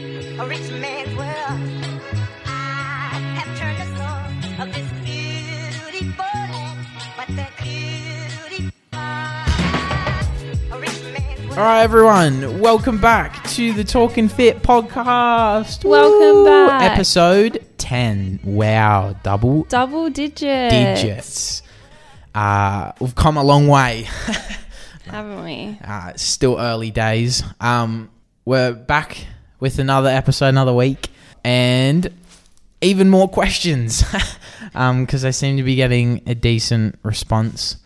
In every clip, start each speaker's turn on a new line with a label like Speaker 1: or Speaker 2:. Speaker 1: a rich man's world. I have turned the soul of this beautiful land, but that beautiful, a rich man's world.
Speaker 2: All right, everyone, welcome back to the Talking Fit podcast.
Speaker 3: Welcome
Speaker 2: Woo!
Speaker 3: back.
Speaker 2: Episode 10. Wow, double
Speaker 3: Double digits.
Speaker 2: digits. Uh, we've come a long way.
Speaker 3: Haven't we?
Speaker 2: Uh, it's still early days. Um, we're back with another episode, another week, and even more questions because they seem to be getting a decent response.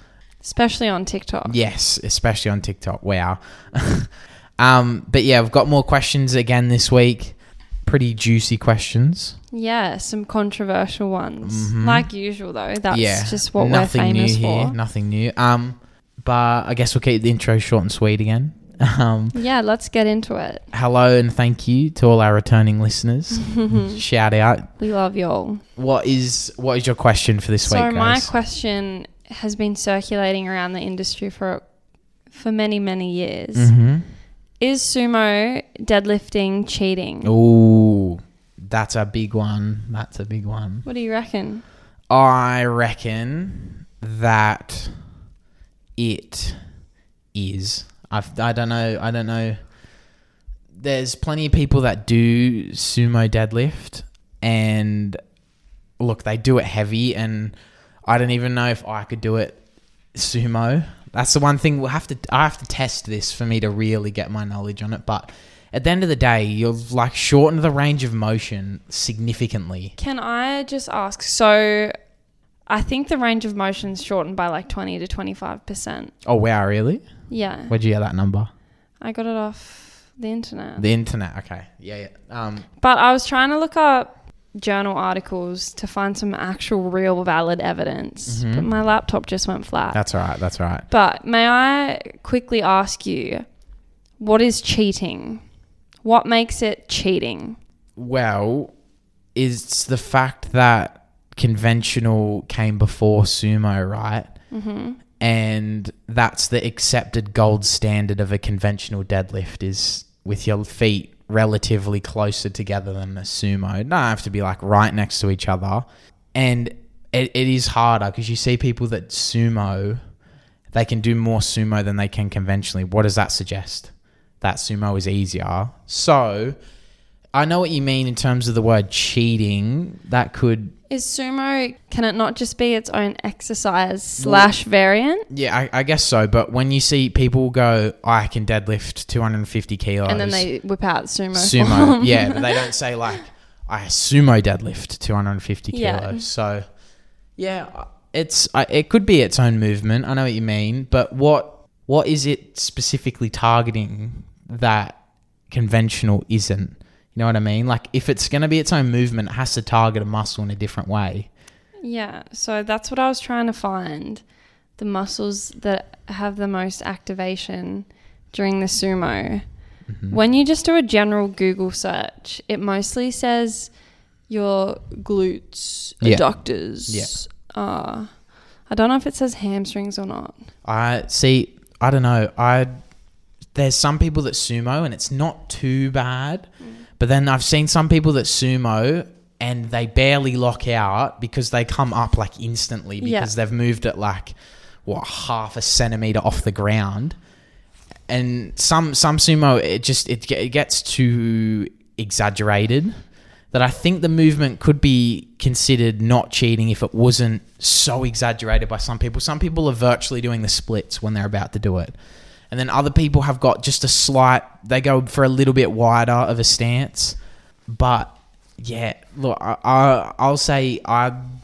Speaker 3: Especially on TikTok.
Speaker 2: Yes, especially on TikTok. Wow. um, but yeah, we've got more questions again this week. Pretty juicy questions.
Speaker 3: Yeah, some controversial ones. Like usual, though. That's
Speaker 2: Mm-hmm. yeah,
Speaker 3: just what we're
Speaker 2: nothing
Speaker 3: famous
Speaker 2: new here.
Speaker 3: for.
Speaker 2: Nothing new. Um, but I guess we'll keep the intro short and sweet again. Um,
Speaker 3: Yeah, let's get into it.
Speaker 2: hello and thank you to all our returning listeners. Shout out.
Speaker 3: We love y'all.
Speaker 2: What is what is your question for this
Speaker 3: So,
Speaker 2: week,
Speaker 3: my
Speaker 2: guys?
Speaker 3: question has been circulating around the industry for for many, many years.
Speaker 2: Mm-hmm.
Speaker 3: Is sumo deadlifting cheating?
Speaker 2: Ooh, that's a big one. That's a big one.
Speaker 3: What do you reckon?
Speaker 2: I reckon that it is. I've, I don't know. I don't know. There's plenty of people that do sumo deadlift, and look, they do it heavy, and I don't even know if I could do it sumo. That's the one thing we'll have to. I have to test this for me to really get my knowledge on it, but. At the end of the day, you've like shortened the range of motion significantly.
Speaker 3: Can I just ask? So, I think the range of motion's shortened by like 20 to 25%.
Speaker 2: Oh wow, really?
Speaker 3: Yeah.
Speaker 2: Where'd you get that number?
Speaker 3: I got it off the internet.
Speaker 2: The internet. Okay. Yeah. yeah. Um.
Speaker 3: but I was trying to look up journal articles to find some actual real valid evidence.
Speaker 2: Mm-hmm.
Speaker 3: But my laptop just went flat.
Speaker 2: That's all right. That's all right.
Speaker 3: but may I quickly ask you what is cheating? What makes it cheating?
Speaker 2: Well, it's the fact that conventional came before sumo, right? Mm-hmm. And that's the accepted gold standard of a conventional deadlift is with your feet relatively closer together than a sumo. It do have to be like right next to each other, and it, it is harder because you see people that sumo, they can do more sumo than they can conventionally. What does that suggest? That sumo is easier. So I know what you mean in terms of the word cheating. That could,
Speaker 3: Is sumo, can it not just be its own exercise slash variant?
Speaker 2: yeah, I, I guess so. But when you see people go, I can deadlift 250 kilos,
Speaker 3: And then they whip out sumo.
Speaker 2: sumo, yeah, but they don't say like I sumo deadlift 250
Speaker 3: Yeah.
Speaker 2: kilos. So, yeah, it's I, it could be its own movement. I know what you mean, but what what is it specifically targeting that conventional isn't? You know what I mean? Like if it's going to be its own movement, it has to target a muscle in a different way.
Speaker 3: Yeah, so that's what I was trying to find. The muscles that have the most activation during the sumo. When you just do a general Google search, it mostly says your glutes,
Speaker 2: Yeah.
Speaker 3: adductors. Yeah. Uh, I don't know if it says hamstrings or not.
Speaker 2: I see. I don't know. I there's some people that sumo and it's not too bad, but then I've seen some people that sumo and they barely lock out because they come up like instantly
Speaker 3: Yeah.
Speaker 2: because they've moved it like what half a centimeter off the ground, and some some sumo it just it, ge- it gets too exaggerated. That I think the movement could be considered not cheating if it wasn't so exaggerated by some people. Some people are virtually doing the splits when they're about to do it. And then other people have got just a slight, they go for a little bit wider of a stance. But yeah, look, I, I, I'll say I'm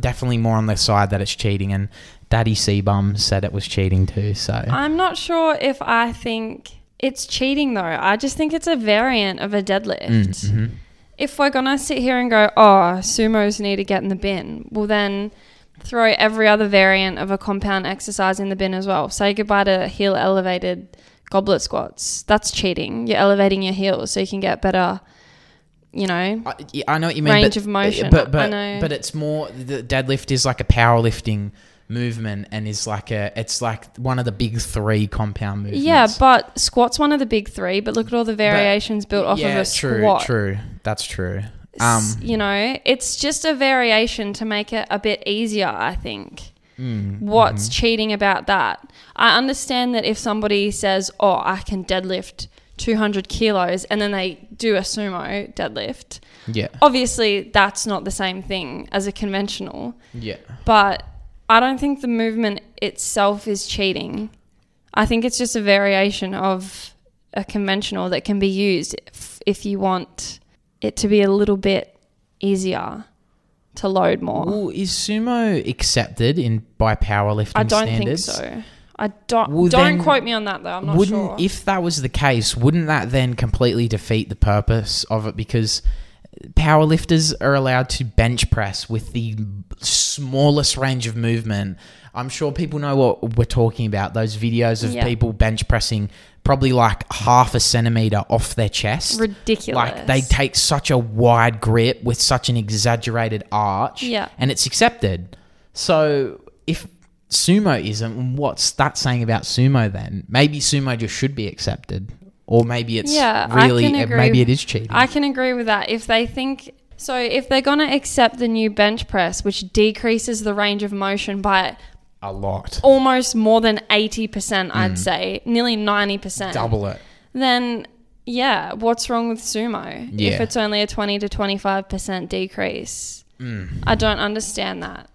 Speaker 2: definitely more on the side that it's cheating. And Daddy Seabum said it was cheating too. So
Speaker 3: I'm not sure if I think it's cheating though. I just think it's a variant of a deadlift.
Speaker 2: Mm, mm-hmm.
Speaker 3: If we're gonna sit here and go, oh, sumos need to get in the bin, well then throw every other variant of a compound exercise in the bin as well. Say goodbye to heel elevated goblet squats. That's cheating. You're elevating your heels so you can get better, you know.
Speaker 2: I, yeah, I know what you mean.
Speaker 3: range
Speaker 2: but,
Speaker 3: of motion.
Speaker 2: But but
Speaker 3: I know.
Speaker 2: but it's more the deadlift is like a powerlifting movement, and is like a it's like one of the big three compound movements.
Speaker 3: Yeah, but squat's one of the big three. But look at all the variations built off
Speaker 2: Yeah,
Speaker 3: of a
Speaker 2: true,
Speaker 3: squat.
Speaker 2: true. That's true. Um,
Speaker 3: S- you know, it's just a variation to make it a bit easier. I think. What's cheating about that? I understand that if somebody says, "Oh, I can deadlift 200 kilos," and then they do a sumo deadlift,
Speaker 2: yeah,
Speaker 3: Oh. obviously that's not the same thing as a conventional.
Speaker 2: yeah.
Speaker 3: but I don't think the movement itself is cheating. I think it's just a variation of a conventional that can be used if, if you want it to be a little bit easier to load more.
Speaker 2: Well, is sumo accepted in by powerlifting
Speaker 3: I don't
Speaker 2: standards?
Speaker 3: think so. I don't.
Speaker 2: Well,
Speaker 3: don't
Speaker 2: then
Speaker 3: quote me on that though. I'm not
Speaker 2: wouldn't
Speaker 3: sure.
Speaker 2: if that was the case wouldn't that then completely defeat the purpose of it because powerlifters are allowed to bench press with the smallest range of movement i'm sure people know what we're talking about those videos of
Speaker 3: Yeah.
Speaker 2: people bench pressing probably like half a centimeter off their chest
Speaker 3: Ridiculous.
Speaker 2: like they take such a wide grip with such an exaggerated arch
Speaker 3: Yeah.
Speaker 2: and it's accepted so if sumo isn't what's that saying about sumo then maybe sumo just should be accepted or maybe it's
Speaker 3: Yeah, I
Speaker 2: really
Speaker 3: can
Speaker 2: uh,
Speaker 3: agree.
Speaker 2: maybe it is cheating
Speaker 3: I can agree with that. If they think so, if they're gonna accept the new bench press, which decreases the range of motion by
Speaker 2: a lot
Speaker 3: almost more than 80%, I'd say, nearly 90%.
Speaker 2: Mm. double it
Speaker 3: Then, yeah, what's wrong with sumo if
Speaker 2: Yeah.
Speaker 3: it's only a 20 to 25% decrease?
Speaker 2: Mm.
Speaker 3: I don't understand that.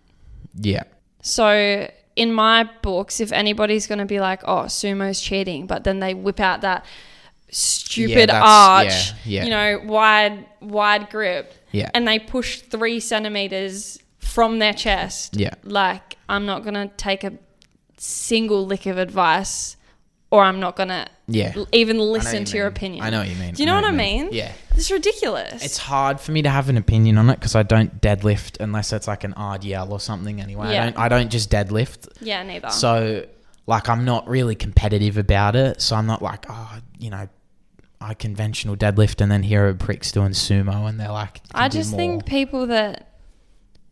Speaker 2: yeah
Speaker 3: So, in my books, if anybody's going to be like, oh, sumo's cheating, but then they whip out that stupid
Speaker 2: that's-
Speaker 3: arch,
Speaker 2: yeah, yeah.
Speaker 3: you know, wide, wide grip,
Speaker 2: Yeah.
Speaker 3: and they push three centimeters from their chest,
Speaker 2: Yeah.
Speaker 3: like, I'm not going to take a single lick of advice or I'm not going to
Speaker 2: Yeah.
Speaker 3: even
Speaker 2: I know what
Speaker 3: listen
Speaker 2: you
Speaker 3: to your
Speaker 2: mean.
Speaker 3: opinion.
Speaker 2: i know what you mean
Speaker 3: Do you know, what
Speaker 2: you
Speaker 3: I mean?
Speaker 2: yeah
Speaker 3: It's ridiculous.
Speaker 2: it's hard for me to have an opinion on it because I don't deadlift unless it's like an RDL or something. Anyway,
Speaker 3: Yeah.
Speaker 2: I don't. I don't just deadlift.
Speaker 3: yeah, neither.
Speaker 2: So, like, I'm not really competitive about it. So I'm not like, oh, you know, I conventional deadlift, and then here are pricks doing sumo, and they're like, can
Speaker 3: I
Speaker 2: do
Speaker 3: just
Speaker 2: more.
Speaker 3: think people that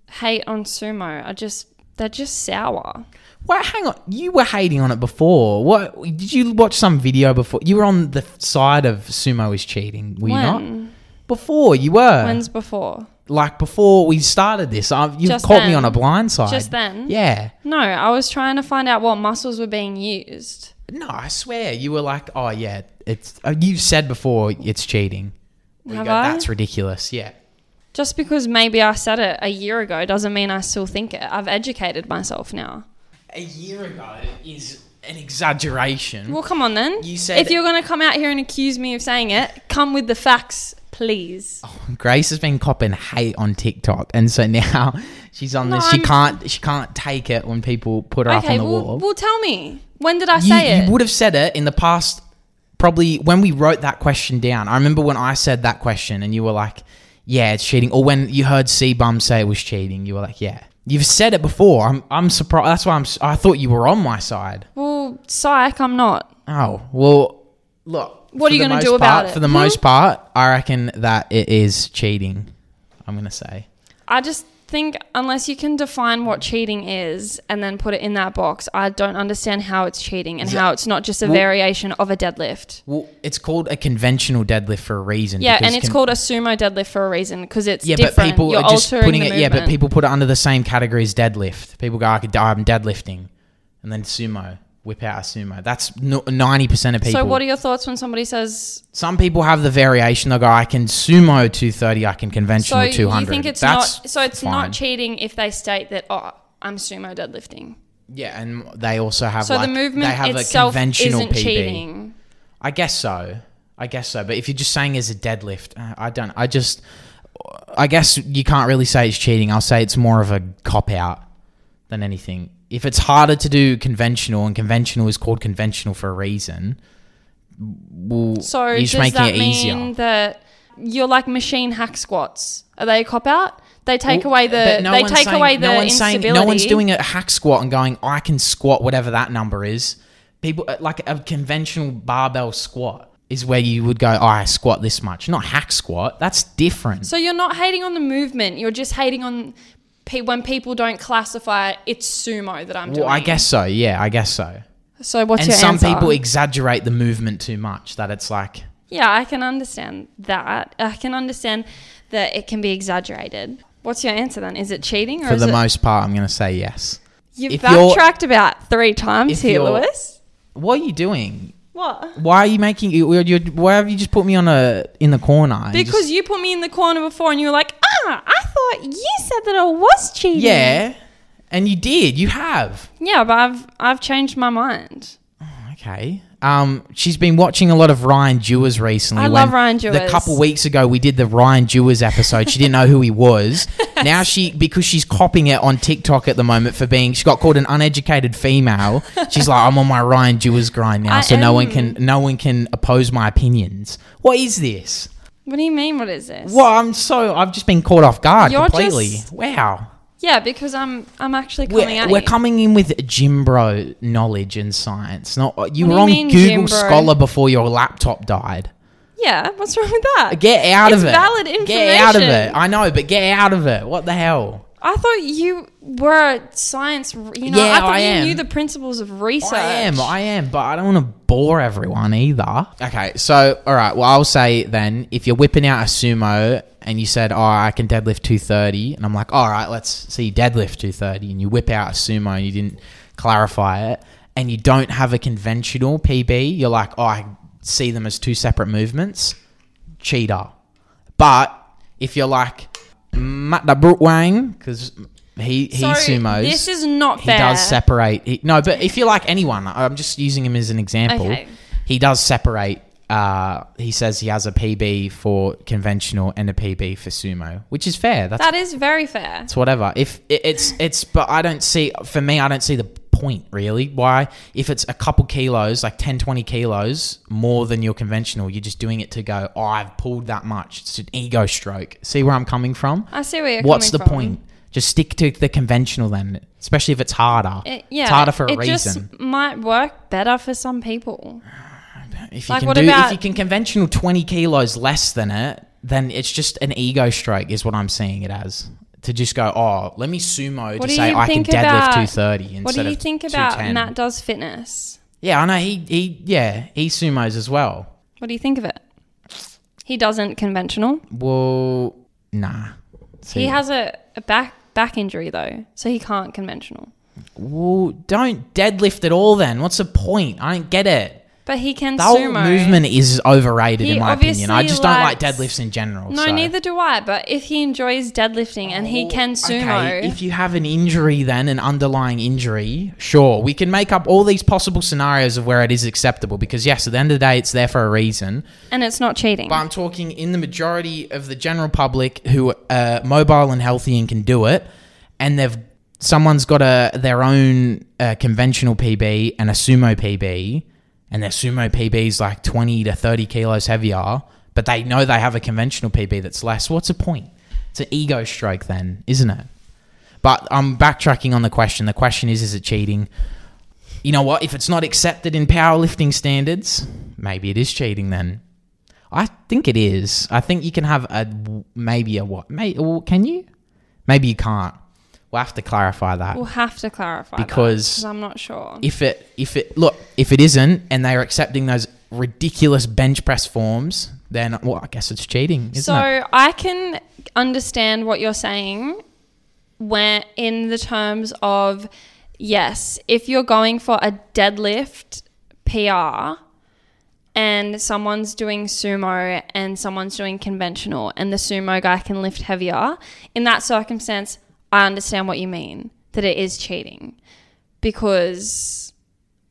Speaker 3: hate on sumo are just they're just sour.
Speaker 2: Wait, hang on, you were hating on it before. What did you watch some video before? You were on the f- side of sumo is cheating, were you not?
Speaker 3: When?
Speaker 2: Before you were
Speaker 3: When's before?
Speaker 2: like before we started this. I've, you
Speaker 3: Just
Speaker 2: caught me
Speaker 3: then.
Speaker 2: on a blind side.
Speaker 3: Just then?
Speaker 2: yeah.
Speaker 3: No, I was trying to find out what muscles were being used.
Speaker 2: No, I swear you were like, oh yeah, it's. Uh, you've said before it's cheating. We
Speaker 3: Have
Speaker 2: go,
Speaker 3: I?
Speaker 2: That's ridiculous. Yeah.
Speaker 3: Just because maybe I said it a year ago doesn't mean I still think it. I've educated myself now.
Speaker 2: a year ago is an exaggeration.
Speaker 3: Well, come on then.
Speaker 2: You said-
Speaker 3: if you're going to come out here and accuse me of saying it, come with the facts, please.
Speaker 2: Grace has been copping hate on TikTok, and so now she's on
Speaker 3: No,
Speaker 2: this. She
Speaker 3: I'm-
Speaker 2: can't. She can't take it when people put her up on
Speaker 3: okay,
Speaker 2: the
Speaker 3: well,
Speaker 2: wall.
Speaker 3: well, tell me. When did I
Speaker 2: you,
Speaker 3: say
Speaker 2: you
Speaker 3: it?
Speaker 2: would have said it in the past, probably when we wrote that question down. I remember when I said that question, and you were like, "Yeah, it's cheating." Or when you heard C Bum say it was cheating, you were like, "Yeah." You've said it before. I'm. I'm surprised. That's why I'm. s- I thought you were on my side.
Speaker 3: Well, psych, I'm not.
Speaker 2: Oh well, look.
Speaker 3: What are
Speaker 2: for
Speaker 3: you
Speaker 2: the
Speaker 3: gonna
Speaker 2: most
Speaker 3: do about
Speaker 2: part-
Speaker 3: it?
Speaker 2: For the
Speaker 3: Hmm?
Speaker 2: most part, I reckon that it is cheating. I'm gonna say.
Speaker 3: I just think unless you can define what cheating is and then put it in that box, I don't understand how it's cheating and how it's not just a variation of a deadlift.
Speaker 2: Well, it's called a conventional deadlift for a reason.
Speaker 3: Yeah,
Speaker 2: because
Speaker 3: and it's
Speaker 2: con-
Speaker 3: called a sumo deadlift for a reason because it's
Speaker 2: Yeah,
Speaker 3: different.
Speaker 2: but people
Speaker 3: You're
Speaker 2: are just
Speaker 3: altering
Speaker 2: putting
Speaker 3: the
Speaker 2: it. Yeah, but
Speaker 3: movement.
Speaker 2: people put it under the same category as deadlift. People go, I could, I'm deadlifting, and then sumo, whip out a sumo. That's ninety percent of people.
Speaker 3: So, what are your thoughts when somebody says?
Speaker 2: Some people have the variation. They go, I can sumo two thirty, I can
Speaker 3: So
Speaker 2: conventional two
Speaker 3: you
Speaker 2: hundred.
Speaker 3: think it's
Speaker 2: That's
Speaker 3: not? So it's
Speaker 2: fine.
Speaker 3: not cheating if they state that oh, I'm sumo deadlifting.
Speaker 2: Yeah, and they also have
Speaker 3: So
Speaker 2: like
Speaker 3: the movement
Speaker 2: they have a
Speaker 3: itself
Speaker 2: conventional
Speaker 3: isn't
Speaker 2: PB.
Speaker 3: cheating.
Speaker 2: I guess so. I guess so. But if you're just saying as a deadlift, uh, I don't. I just. I guess you can't really say it's cheating. I'll say it's more of a cop out than anything. If it's harder to do conventional, and conventional is called conventional for a reason, well,
Speaker 3: So
Speaker 2: you're just
Speaker 3: does
Speaker 2: making
Speaker 3: that
Speaker 2: it easier.
Speaker 3: mean that you're like machine hack squats? Are they a cop out? They take away the
Speaker 2: But no
Speaker 3: they
Speaker 2: one's
Speaker 3: take
Speaker 2: saying-
Speaker 3: away the
Speaker 2: no one's saying-
Speaker 3: instability.
Speaker 2: no one's doing a hack squat and going I can squat whatever that number is. People uh, like a conventional barbell squat is where you would go oh, I squat this much, not hack squat. That's different.
Speaker 3: So you're not hating on the movement. You're just hating on pe- when people don't classify it, it's sumo that I'm doing.
Speaker 2: Well, I guess so. Yeah, I guess so.
Speaker 3: So what's
Speaker 2: and
Speaker 3: your
Speaker 2: some
Speaker 3: answer?
Speaker 2: people exaggerate the movement too much that it's like
Speaker 3: yeah, I can understand that. I can understand that it can be exaggerated. What's your answer then? Is it cheating or
Speaker 2: for
Speaker 3: is
Speaker 2: the
Speaker 3: it?
Speaker 2: most part I'm going to say yes.
Speaker 3: you've
Speaker 2: if you're-
Speaker 3: backtracked about three times
Speaker 2: if
Speaker 3: here,
Speaker 2: you're-
Speaker 3: Lewis.
Speaker 2: What are you doing?
Speaker 3: What?
Speaker 2: Why are you making you you're, why have you just put me on a in the corner? and
Speaker 3: Because
Speaker 2: just-
Speaker 3: you put me in the corner before and you were like, ah, I thought you said that I was cheating.
Speaker 2: yeah. And you did. You have.
Speaker 3: Yeah, but I've I've changed my mind.
Speaker 2: Okay. Um, she's been watching a lot of Ryan Dewars recently.
Speaker 3: I love Ryan Dewars.
Speaker 2: The couple weeks ago, we did the Ryan Dewars episode. She didn't know who he was. Now she, because she's copying it on TikTok at the moment for being, she got called an uneducated female. She's like, I'm on my Ryan Dewars grind now,
Speaker 3: I
Speaker 2: so no one
Speaker 3: am.
Speaker 2: can, no one can oppose my opinions. What is this?
Speaker 3: What do you mean? What is this?
Speaker 2: Well, I'm so, I've just been caught off guard
Speaker 3: You're
Speaker 2: completely.
Speaker 3: just-
Speaker 2: wow.
Speaker 3: Yeah, because I'm I'm actually coming
Speaker 2: We're,
Speaker 3: at
Speaker 2: we're
Speaker 3: you.
Speaker 2: coming in with gym bro knowledge and science. Not you
Speaker 3: What do
Speaker 2: were
Speaker 3: you
Speaker 2: on
Speaker 3: mean,
Speaker 2: Google
Speaker 3: gym bro?
Speaker 2: Scholar before your laptop died.
Speaker 3: yeah, what's wrong with that?
Speaker 2: Get out
Speaker 3: It's
Speaker 2: of it.
Speaker 3: valid
Speaker 2: Get out of it.
Speaker 3: information.
Speaker 2: I know, but get out of it. What the hell?
Speaker 3: I thought you were a science. r- You know,
Speaker 2: Yeah,
Speaker 3: I thought
Speaker 2: I
Speaker 3: you
Speaker 2: am.
Speaker 3: knew the principles of research.
Speaker 2: I am, I am, but I don't want to bore everyone either. Okay, so all right, well I'll say then if you're whipping out a sumo and you said, "Oh, I can deadlift 230," and I'm like, "All right, let's see you deadlift 230," and you whip out a sumo and you didn't clarify it, and you don't have a conventional PB, you're like, "Oh, I see them as two separate movements." Cheater. But if you're like Matt da Brute Wang, because he he
Speaker 3: So,
Speaker 2: sumos.
Speaker 3: this is not
Speaker 2: He
Speaker 3: fair.
Speaker 2: does separate. He, no, but if you like anyone, I'm just using him as an example.
Speaker 3: Okay.
Speaker 2: He does separate. Uh, he says he has a PB for conventional and a PB for sumo, which is fair. That's,
Speaker 3: That is very fair.
Speaker 2: it's whatever. If it, it's it's, but I don't see. For me, I don't see the point really. Why, if it's a couple kilos, like 10, 20 kilos more than your conventional, you're just doing it to go. Oh, I've pulled that much. It's an ego stroke. See where I'm coming from?
Speaker 3: I see where you're
Speaker 2: What's the
Speaker 3: coming from.
Speaker 2: point? Just stick to the conventional then, especially if it's harder.
Speaker 3: It, yeah,
Speaker 2: it's harder for a
Speaker 3: it
Speaker 2: reason.
Speaker 3: just might work better for some people.
Speaker 2: If you
Speaker 3: like,
Speaker 2: can
Speaker 3: what
Speaker 2: do,
Speaker 3: about-
Speaker 2: if you can conventional twenty kilos less than it, then it's just an ego stroke, is what I'm seeing it as. To just go, oh, let me sumo
Speaker 3: What
Speaker 2: to
Speaker 3: do
Speaker 2: say
Speaker 3: you
Speaker 2: I can
Speaker 3: think
Speaker 2: deadlift
Speaker 3: about-
Speaker 2: 230 instead
Speaker 3: What do you
Speaker 2: of
Speaker 3: think about
Speaker 2: 210.
Speaker 3: Matt does fitness?
Speaker 2: Yeah, I know he he yeah he sumos as well.
Speaker 3: What do you think of it? He doesn't conventional.
Speaker 2: Well, nah. See,
Speaker 3: He has a, a back back injury though, so he can't conventional.
Speaker 2: Well, don't deadlift at all. Then what's the point? I don't get it.
Speaker 3: But he can
Speaker 2: The whole
Speaker 3: sumo.
Speaker 2: movement is overrated
Speaker 3: He
Speaker 2: in my opinion. I
Speaker 3: obviously
Speaker 2: just don't like
Speaker 3: likes-
Speaker 2: deadlifts in general.
Speaker 3: No,
Speaker 2: so.
Speaker 3: neither do I. But if he enjoys deadlifting and he can sumo,
Speaker 2: Oh, Okay, if you have an injury, then an underlying injury, sure, we can make up all these possible scenarios of where it is acceptable because, yes, at the end of the day, it's there for a reason.
Speaker 3: and it's not cheating.
Speaker 2: But I'm talking in the majority of the general public who are mobile and healthy and can do it, and they've someone's got a their own uh, conventional PB and a sumo PB, and their sumo PB is like 20 to 30 kilos heavier, but they know they have a conventional PB that's less. What's the point? It's an ego stroke, then, isn't it? But I'm backtracking on the question. The question is, is it cheating? You know what? If it's not accepted in powerlifting standards, maybe it is cheating then. I think it is. I think you can have a maybe a what? May, well, can you? Maybe you can't. We'll have to clarify that.
Speaker 3: we'll have to clarify that,
Speaker 2: Because-
Speaker 3: I'm not sure.
Speaker 2: if it if it look if it isn't and they are accepting those ridiculous bench press forms, then well, I guess it's cheating, isn't
Speaker 3: So
Speaker 2: it?
Speaker 3: I can understand what you're saying when in the terms of yes, if you're going for a deadlift PR and someone's doing sumo and someone's doing conventional and the sumo guy can lift heavier, in that circumstance, I understand what you mean that it is cheating because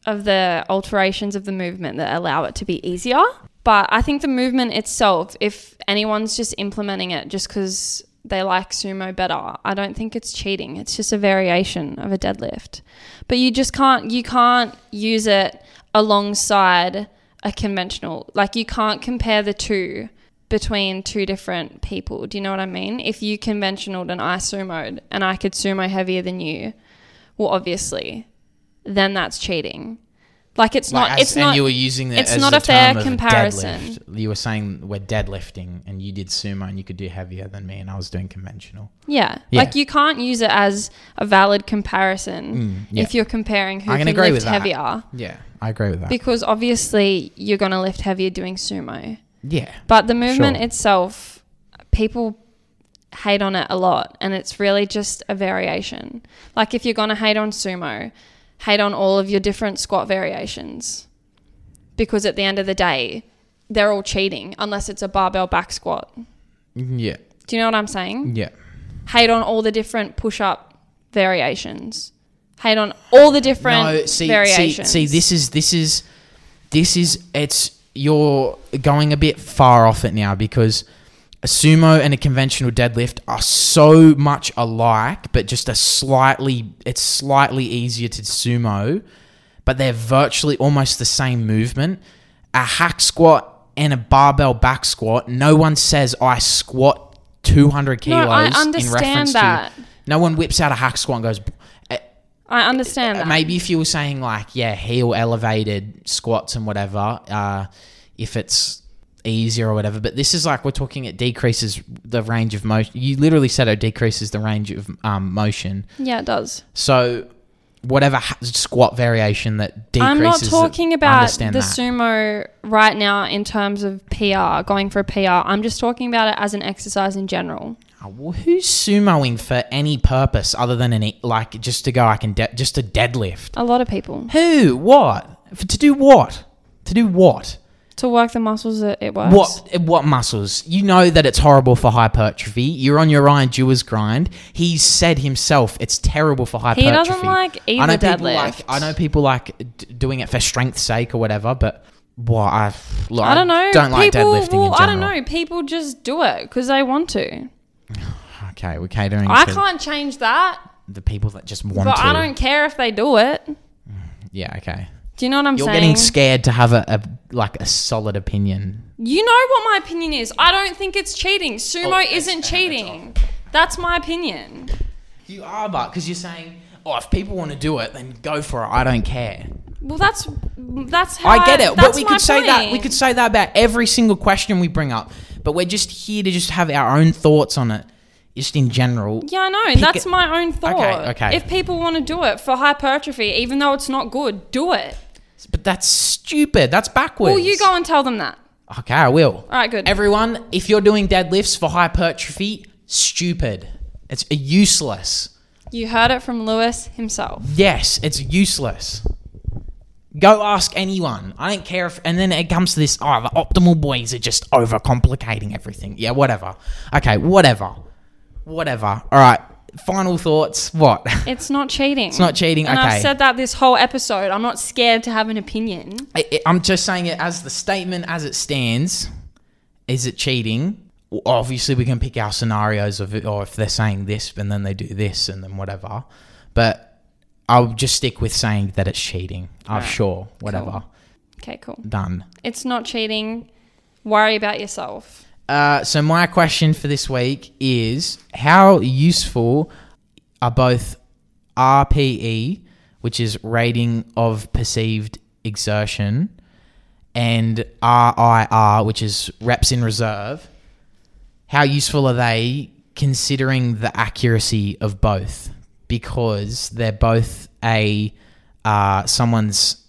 Speaker 3: of the alterations of the movement that allow it to be easier. But I think the movement itself, if anyone's just implementing it just because they like sumo better, I don't think it's cheating. It's just a variation of a deadlift. But you just can't you can't use it alongside a conventional. Like you can't compare the two between two different people. Do you know what I mean? If you conventionaled and I sumoed and I could sumo heavier than you, well obviously then that's cheating. Like it's
Speaker 2: Like
Speaker 3: not.
Speaker 2: as-
Speaker 3: it's not.
Speaker 2: and you were using the,
Speaker 3: it's
Speaker 2: as
Speaker 3: not
Speaker 2: the
Speaker 3: a fair
Speaker 2: term of
Speaker 3: comparison.
Speaker 2: deadlift. You were saying we're deadlifting, and you did sumo, and you could do heavier than me, and I was doing conventional.
Speaker 3: yeah.
Speaker 2: Yeah.
Speaker 3: Like you can't use it as a valid comparison
Speaker 2: Mm, yeah.
Speaker 3: if you're comparing who
Speaker 2: I
Speaker 3: can
Speaker 2: can agree
Speaker 3: lift
Speaker 2: with that.
Speaker 3: heavier.
Speaker 2: Yeah, I agree with that.
Speaker 3: Because obviously you're gonna lift heavier doing sumo,
Speaker 2: yeah,
Speaker 3: but the movement
Speaker 2: Sure.
Speaker 3: itself, people hate on it a lot, and it's really just a variation. Like if you're gonna hate on sumo, hate on all of your different squat variations, because at the end of the day, they're all cheating unless it's a barbell back squat.
Speaker 2: yeah,
Speaker 3: Do you know what I'm saying?
Speaker 2: yeah. Mm.
Speaker 3: hate on all the different push up variations. Hate on all the different
Speaker 2: No, see,
Speaker 3: variations.
Speaker 2: see, see, this is this is this is it's you're going a bit far off it now because a sumo and a conventional deadlift are so much alike, but just a slightly it's slightly easier to sumo, but they're virtually almost the same movement. A hack squat and a barbell back squat. No one says I squat 200
Speaker 3: No,
Speaker 2: kilos.
Speaker 3: I
Speaker 2: in
Speaker 3: understand
Speaker 2: reference
Speaker 3: that.
Speaker 2: To, no one whips out a hack squat and goes. "Eh,
Speaker 3: I understand that.
Speaker 2: Maybe if you were saying like, yeah, heel elevated squats and whatever, uh, if it's easier or whatever. But this is like we're talking it decreases the range of motion. You literally said it decreases the range of um, motion.
Speaker 3: yeah, it does.
Speaker 2: So whatever ha- squat variation that decreases.
Speaker 3: I'm not
Speaker 2: it-
Speaker 3: talking about the
Speaker 2: understand that.
Speaker 3: sumo right now in terms of PR, going for a PR. I'm just talking about it as an exercise in general.
Speaker 2: Oh, well, who's sumoing for any purpose other than an e- like just to go? I can de- just to deadlift.
Speaker 3: A lot of people.
Speaker 2: Who? What? For, to do what? To do what?
Speaker 3: To work the muscles that it works.
Speaker 2: What what muscles? You know that it's horrible for hypertrophy. You're on your Ryan Dewar's grind. He said himself it's terrible for hypertrophy.
Speaker 3: doesn't like
Speaker 2: I know
Speaker 3: either
Speaker 2: people like
Speaker 3: deadlift.
Speaker 2: I know people like d- doing it for strength's sake or whatever, but what I look,
Speaker 3: I don't know.
Speaker 2: Don't like
Speaker 3: people,
Speaker 2: deadlifting in
Speaker 3: well,
Speaker 2: general.
Speaker 3: I don't know. People just do it because they want to.
Speaker 2: Okay, we're catering
Speaker 3: I
Speaker 2: to
Speaker 3: can't change that,
Speaker 2: the people that just want
Speaker 3: but
Speaker 2: to.
Speaker 3: I don't care if they do it.
Speaker 2: yeah, okay.
Speaker 3: Do you know what I'm
Speaker 2: You're
Speaker 3: saying?
Speaker 2: getting scared to have a, a like a solid opinion.
Speaker 3: You know what my opinion is. I don't think it's cheating.
Speaker 2: Oh,
Speaker 3: Sumo
Speaker 2: it's-
Speaker 3: isn't
Speaker 2: it's
Speaker 3: cheating. That's my opinion.
Speaker 2: You are, but because you're saying, oh, if people want to do it, then go for it. I don't care.
Speaker 3: Well, that's that's how
Speaker 2: I get it, but
Speaker 3: that's
Speaker 2: we
Speaker 3: my
Speaker 2: could say that we
Speaker 3: point.
Speaker 2: could say that about every single question we bring up. But we're just here to just have our own thoughts on it, just in general.
Speaker 3: Yeah, I know.
Speaker 2: Pick
Speaker 3: That's
Speaker 2: it-
Speaker 3: my own thought.
Speaker 2: okay.
Speaker 3: If people want to do it for hypertrophy, even though it's not good, do it.
Speaker 2: But that's stupid. That's backwards.
Speaker 3: Well, you go and tell them that.
Speaker 2: Okay, I will.
Speaker 3: All right, good.
Speaker 2: Everyone, if you're doing deadlifts for hypertrophy, stupid. It's useless.
Speaker 3: You heard it from Lewis himself.
Speaker 2: Yes, it's useless. Go ask anyone. I don't care if. And then it comes to this oh, the optimal boys are just overcomplicating everything. Yeah, whatever. Okay, whatever. Whatever. All right, final thoughts. What?
Speaker 3: It's not cheating. It's
Speaker 2: not cheating,
Speaker 3: And
Speaker 2: okay.
Speaker 3: I've said that this whole episode. I'm not scared to have an opinion.
Speaker 2: I, I- I'm just saying it as the statement as it stands. Is it cheating? Well, Obviously, we can pick our scenarios of it, or if they're saying this and then they do this and then whatever. But I'll just stick with saying that it's cheating. I'm sure. Whatever.
Speaker 3: Okay, cool.
Speaker 2: Done.
Speaker 3: It's not cheating. Worry about yourself.
Speaker 2: Uh, so my question for this week is how useful are both RPE, which is rating of perceived exertion, and RIR, which is reps in reserve, how useful are they considering the accuracy of both? Because they're both a uh, someone's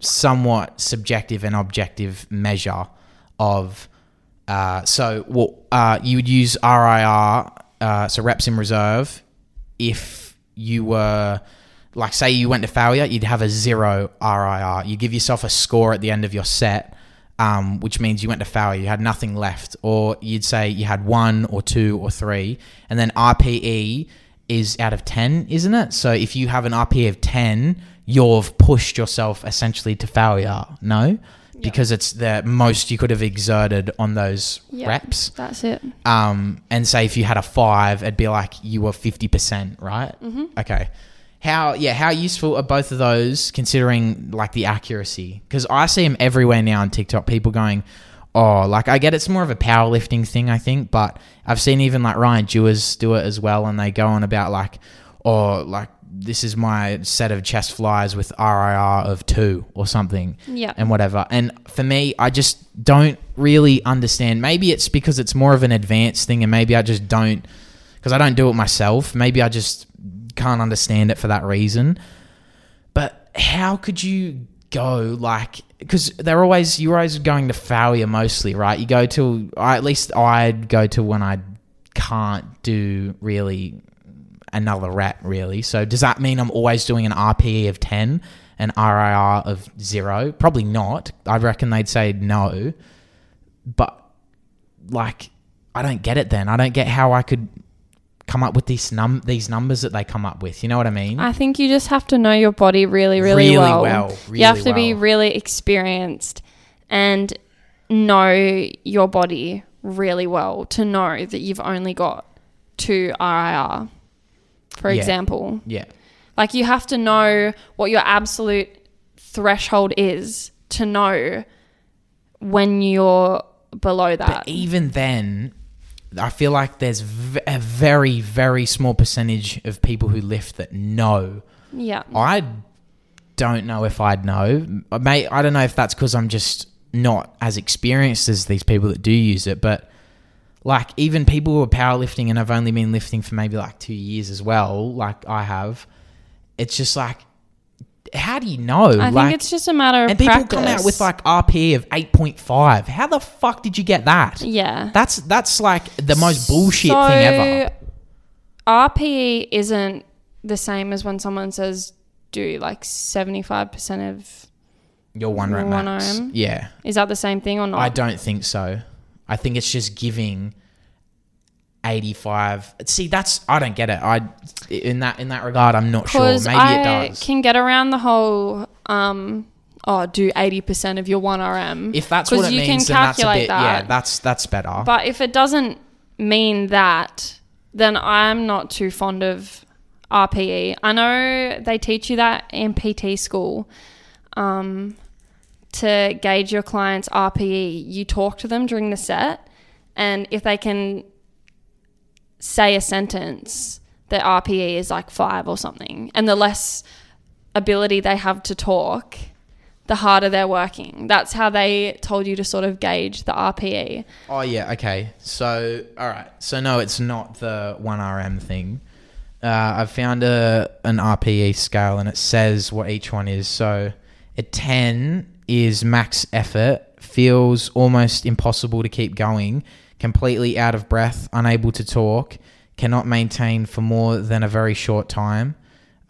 Speaker 2: somewhat subjective and objective measure of. Uh, so, well, uh, you would use RIR, uh, so reps in reserve, if you were, like, say you went to failure, you'd have a zero RIR. You give yourself a score at the end of your set, um, which means you went to failure, you had nothing left, or you'd say you had one or two or three. And then E RPE is out of 10, isn't it? So if you have an RPE of 10, you've pushed yourself essentially to failure, no? Because it's the most you could have exerted on those
Speaker 3: Yeah,
Speaker 2: reps.
Speaker 3: That's it.
Speaker 2: Um, and say if you had a five, it'd be like you were 50%, right? Mm-hmm. Okay. How, yeah, how useful are both of those considering like the accuracy? Because I see them everywhere now on TikTok, people going, oh, like I get it's more of a powerlifting thing, I think, but I've seen even like Ryan Dewars do it as well. And they go on about like, oh, like this is my set of chest flies with RIR of two or something.
Speaker 3: Yeah.
Speaker 2: And whatever. And for me, I just don't really understand. Maybe it's because it's more of an advanced thing and maybe I just don't, because I don't do it myself. Maybe I just can't understand it for that reason. But how could you go like because they're always you're always going to failure mostly, right? You go to I, at least I'd go to when I can't do really another rep really. So does that mean I'm always doing an RPE of ten and RIR of zero? Probably not. I reckon they'd say no. But like I don't get it then. I don't get how I could come up with these num these numbers that they come up with. You know what I mean?
Speaker 3: I think you just have to know your body really, really,
Speaker 2: Really
Speaker 3: well.
Speaker 2: well,
Speaker 3: you have
Speaker 2: really
Speaker 3: to be
Speaker 2: well.
Speaker 3: really experienced and know your body really well to know that you've only got two RIR, for
Speaker 2: Yeah.
Speaker 3: example.
Speaker 2: yeah.
Speaker 3: Like you have to know what your absolute threshold is to know when you're below that.
Speaker 2: But Uh, even then, I feel like there's v- a very, very small percentage of people who lift that know.
Speaker 3: yeah.
Speaker 2: I don't know if I'd know. I May I don't know if that's because I'm just not as experienced as these people that do use it. But like even people who are powerlifting and I've only been lifting for maybe like two years as well, like I have. It's just like, how do you know?
Speaker 3: I
Speaker 2: like,
Speaker 3: think it's just a matter of
Speaker 2: and people
Speaker 3: practice.
Speaker 2: come out with like RPE of eight point five. How the fuck did you get that?
Speaker 3: yeah.
Speaker 2: That's that's like the most bullshit
Speaker 3: So,
Speaker 2: thing ever.
Speaker 3: RPE isn't the same as when someone says do like 75% of.
Speaker 2: Your one rep
Speaker 3: One Oh.
Speaker 2: max.
Speaker 3: RM?
Speaker 2: Yeah,
Speaker 3: Is that the same thing or not?
Speaker 2: I don't think so. I think it's just giving eighty-five. See, that's I don't get it. I in that in that regard, I'm not sure.
Speaker 3: Because
Speaker 2: Maybe
Speaker 3: I
Speaker 2: it does.
Speaker 3: can get around the whole, um, oh, do 80% of your 1RM.
Speaker 2: If that's what
Speaker 3: 'Cause
Speaker 2: it
Speaker 3: you can
Speaker 2: means, then that's a
Speaker 3: calculate
Speaker 2: bit. Yeah,
Speaker 3: that.
Speaker 2: that's that's better.
Speaker 3: But if it doesn't mean that, then I'm not too fond of RPE. I know they teach you that in PT school. Um, to gauge your client's RPE, you talk to them during the set, and if they can say a sentence, their RPE is like five or something. And the less ability they have to talk, the harder they're working. That's how they told you to sort of gauge the E. RPE.
Speaker 2: Oh yeah, okay. So all right. So no, it's not the one RM thing. Uh, I've found a an RPE scale and it says what each one is. So a ten is max effort, feels almost impossible to keep going, completely out of breath, unable to talk, cannot maintain for more than a very short time.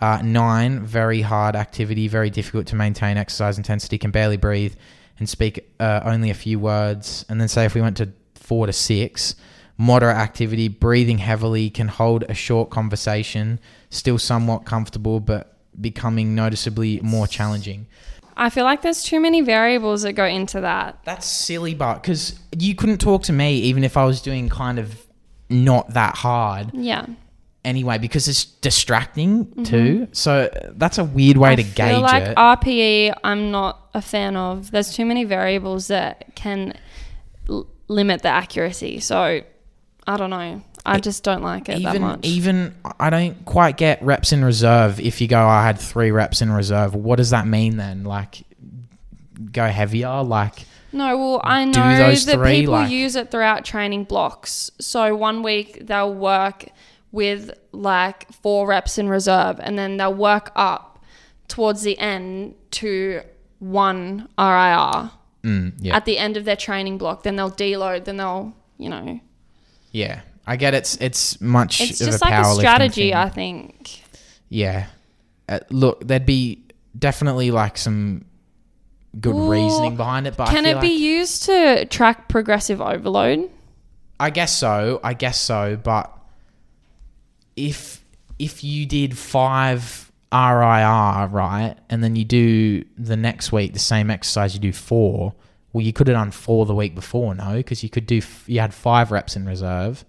Speaker 2: Uh, nine, very hard activity, very difficult to maintain exercise intensity, can barely breathe and speak uh, only a few words. And then say if we went to four to six, moderate activity, breathing heavily, can hold a short conversation, still somewhat comfortable, but becoming noticeably more challenging.
Speaker 3: I feel like there's too many variables that go into that.
Speaker 2: That's silly, but because you couldn't talk to me even if I was doing kind of not that hard
Speaker 3: Yeah.
Speaker 2: anyway because it's distracting too so uh, that's a weird way
Speaker 3: Mm-hmm.
Speaker 2: to
Speaker 3: I feel
Speaker 2: gauge
Speaker 3: like
Speaker 2: it
Speaker 3: RPE, I'm not a fan of. There's too many variables that can l- limit the accuracy. So I don't know. I just don't like it that
Speaker 2: E-, even e-,
Speaker 3: much.
Speaker 2: even I don't quite get reps in reserve. If you go, "Oh, I had three reps in reserve. What does that mean then? Like, go heavier. Like,
Speaker 3: no, well, I
Speaker 2: do
Speaker 3: know
Speaker 2: those
Speaker 3: that
Speaker 2: three,
Speaker 3: people
Speaker 2: like-
Speaker 3: use it throughout training blocks. So one week they'll work with like four reps in reserve and then they'll work up towards the end to one RIR.
Speaker 2: mm, yeah,
Speaker 3: at the end of their training block. Then they'll deload. Then they'll, you know,
Speaker 2: yeah. I get it's it's much.
Speaker 3: it's
Speaker 2: of
Speaker 3: just
Speaker 2: a
Speaker 3: like a
Speaker 2: powerlifting
Speaker 3: strategy.
Speaker 2: thing.
Speaker 3: I think.
Speaker 2: yeah. Uh, look, there'd be definitely like some good
Speaker 3: Ooh,
Speaker 2: reasoning behind it, but I
Speaker 3: Can
Speaker 2: feel
Speaker 3: it be
Speaker 2: like-
Speaker 3: used to track progressive overload?
Speaker 2: I guess so. I guess so. But if if you did five RIR right, and then you do the next week the same exercise, you do four. Well, you could have done four the week before, no, because you could do f- you had five reps in reserve,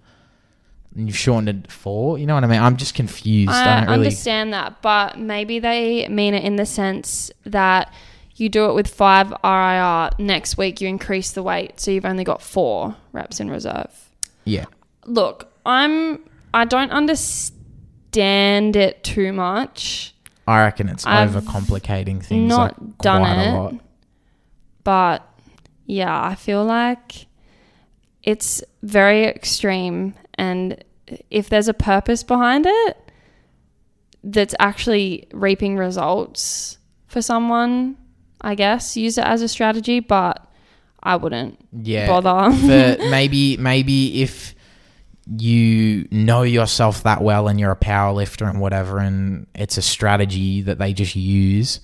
Speaker 2: and you've shortened it to four. You know what I mean? I'm just confused. I,
Speaker 3: I
Speaker 2: don't really.
Speaker 3: understand that, but maybe they mean it in the sense that you do it with five RIR. Next week, you increase the weight, so you've only got four reps in reserve.
Speaker 2: Yeah,
Speaker 3: Look, I'm. I don't understand understand it too much.
Speaker 2: I reckon it's
Speaker 3: I've
Speaker 2: overcomplicating things.
Speaker 3: not
Speaker 2: like,
Speaker 3: done
Speaker 2: quite
Speaker 3: it.
Speaker 2: a lot.
Speaker 3: but yeah, I feel like it's very extreme. And if there's a purpose behind it that's actually reaping results for someone, I guess use it as a strategy, but I wouldn't
Speaker 2: Yeah.
Speaker 3: bother.
Speaker 2: for maybe maybe if you know yourself that well and you're a power lifter and whatever and it's a strategy that they just use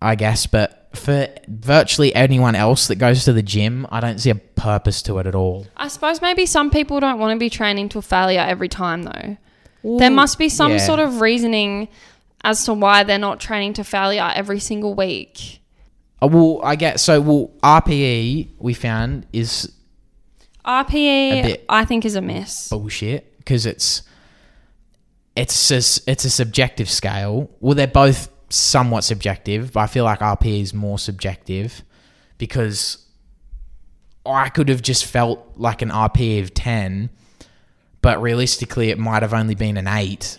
Speaker 2: i guess but for virtually anyone else that goes to the gym i don't see a purpose to it at all
Speaker 3: I suppose maybe some people don't want to be training to failure every time, though. there must be some
Speaker 2: yeah.
Speaker 3: sort of reasoning as to why they're not training to failure every single week.
Speaker 2: Uh, well i get so well rpe we found is A
Speaker 3: RPE,
Speaker 2: bit.
Speaker 3: E, I think, is a miss.
Speaker 2: bullshit because it's it's a, s- it's a subjective scale. Well, they're both somewhat subjective, but I feel like RP is more subjective because I could have just felt like an RP of ten, but realistically, it might have only been an eight.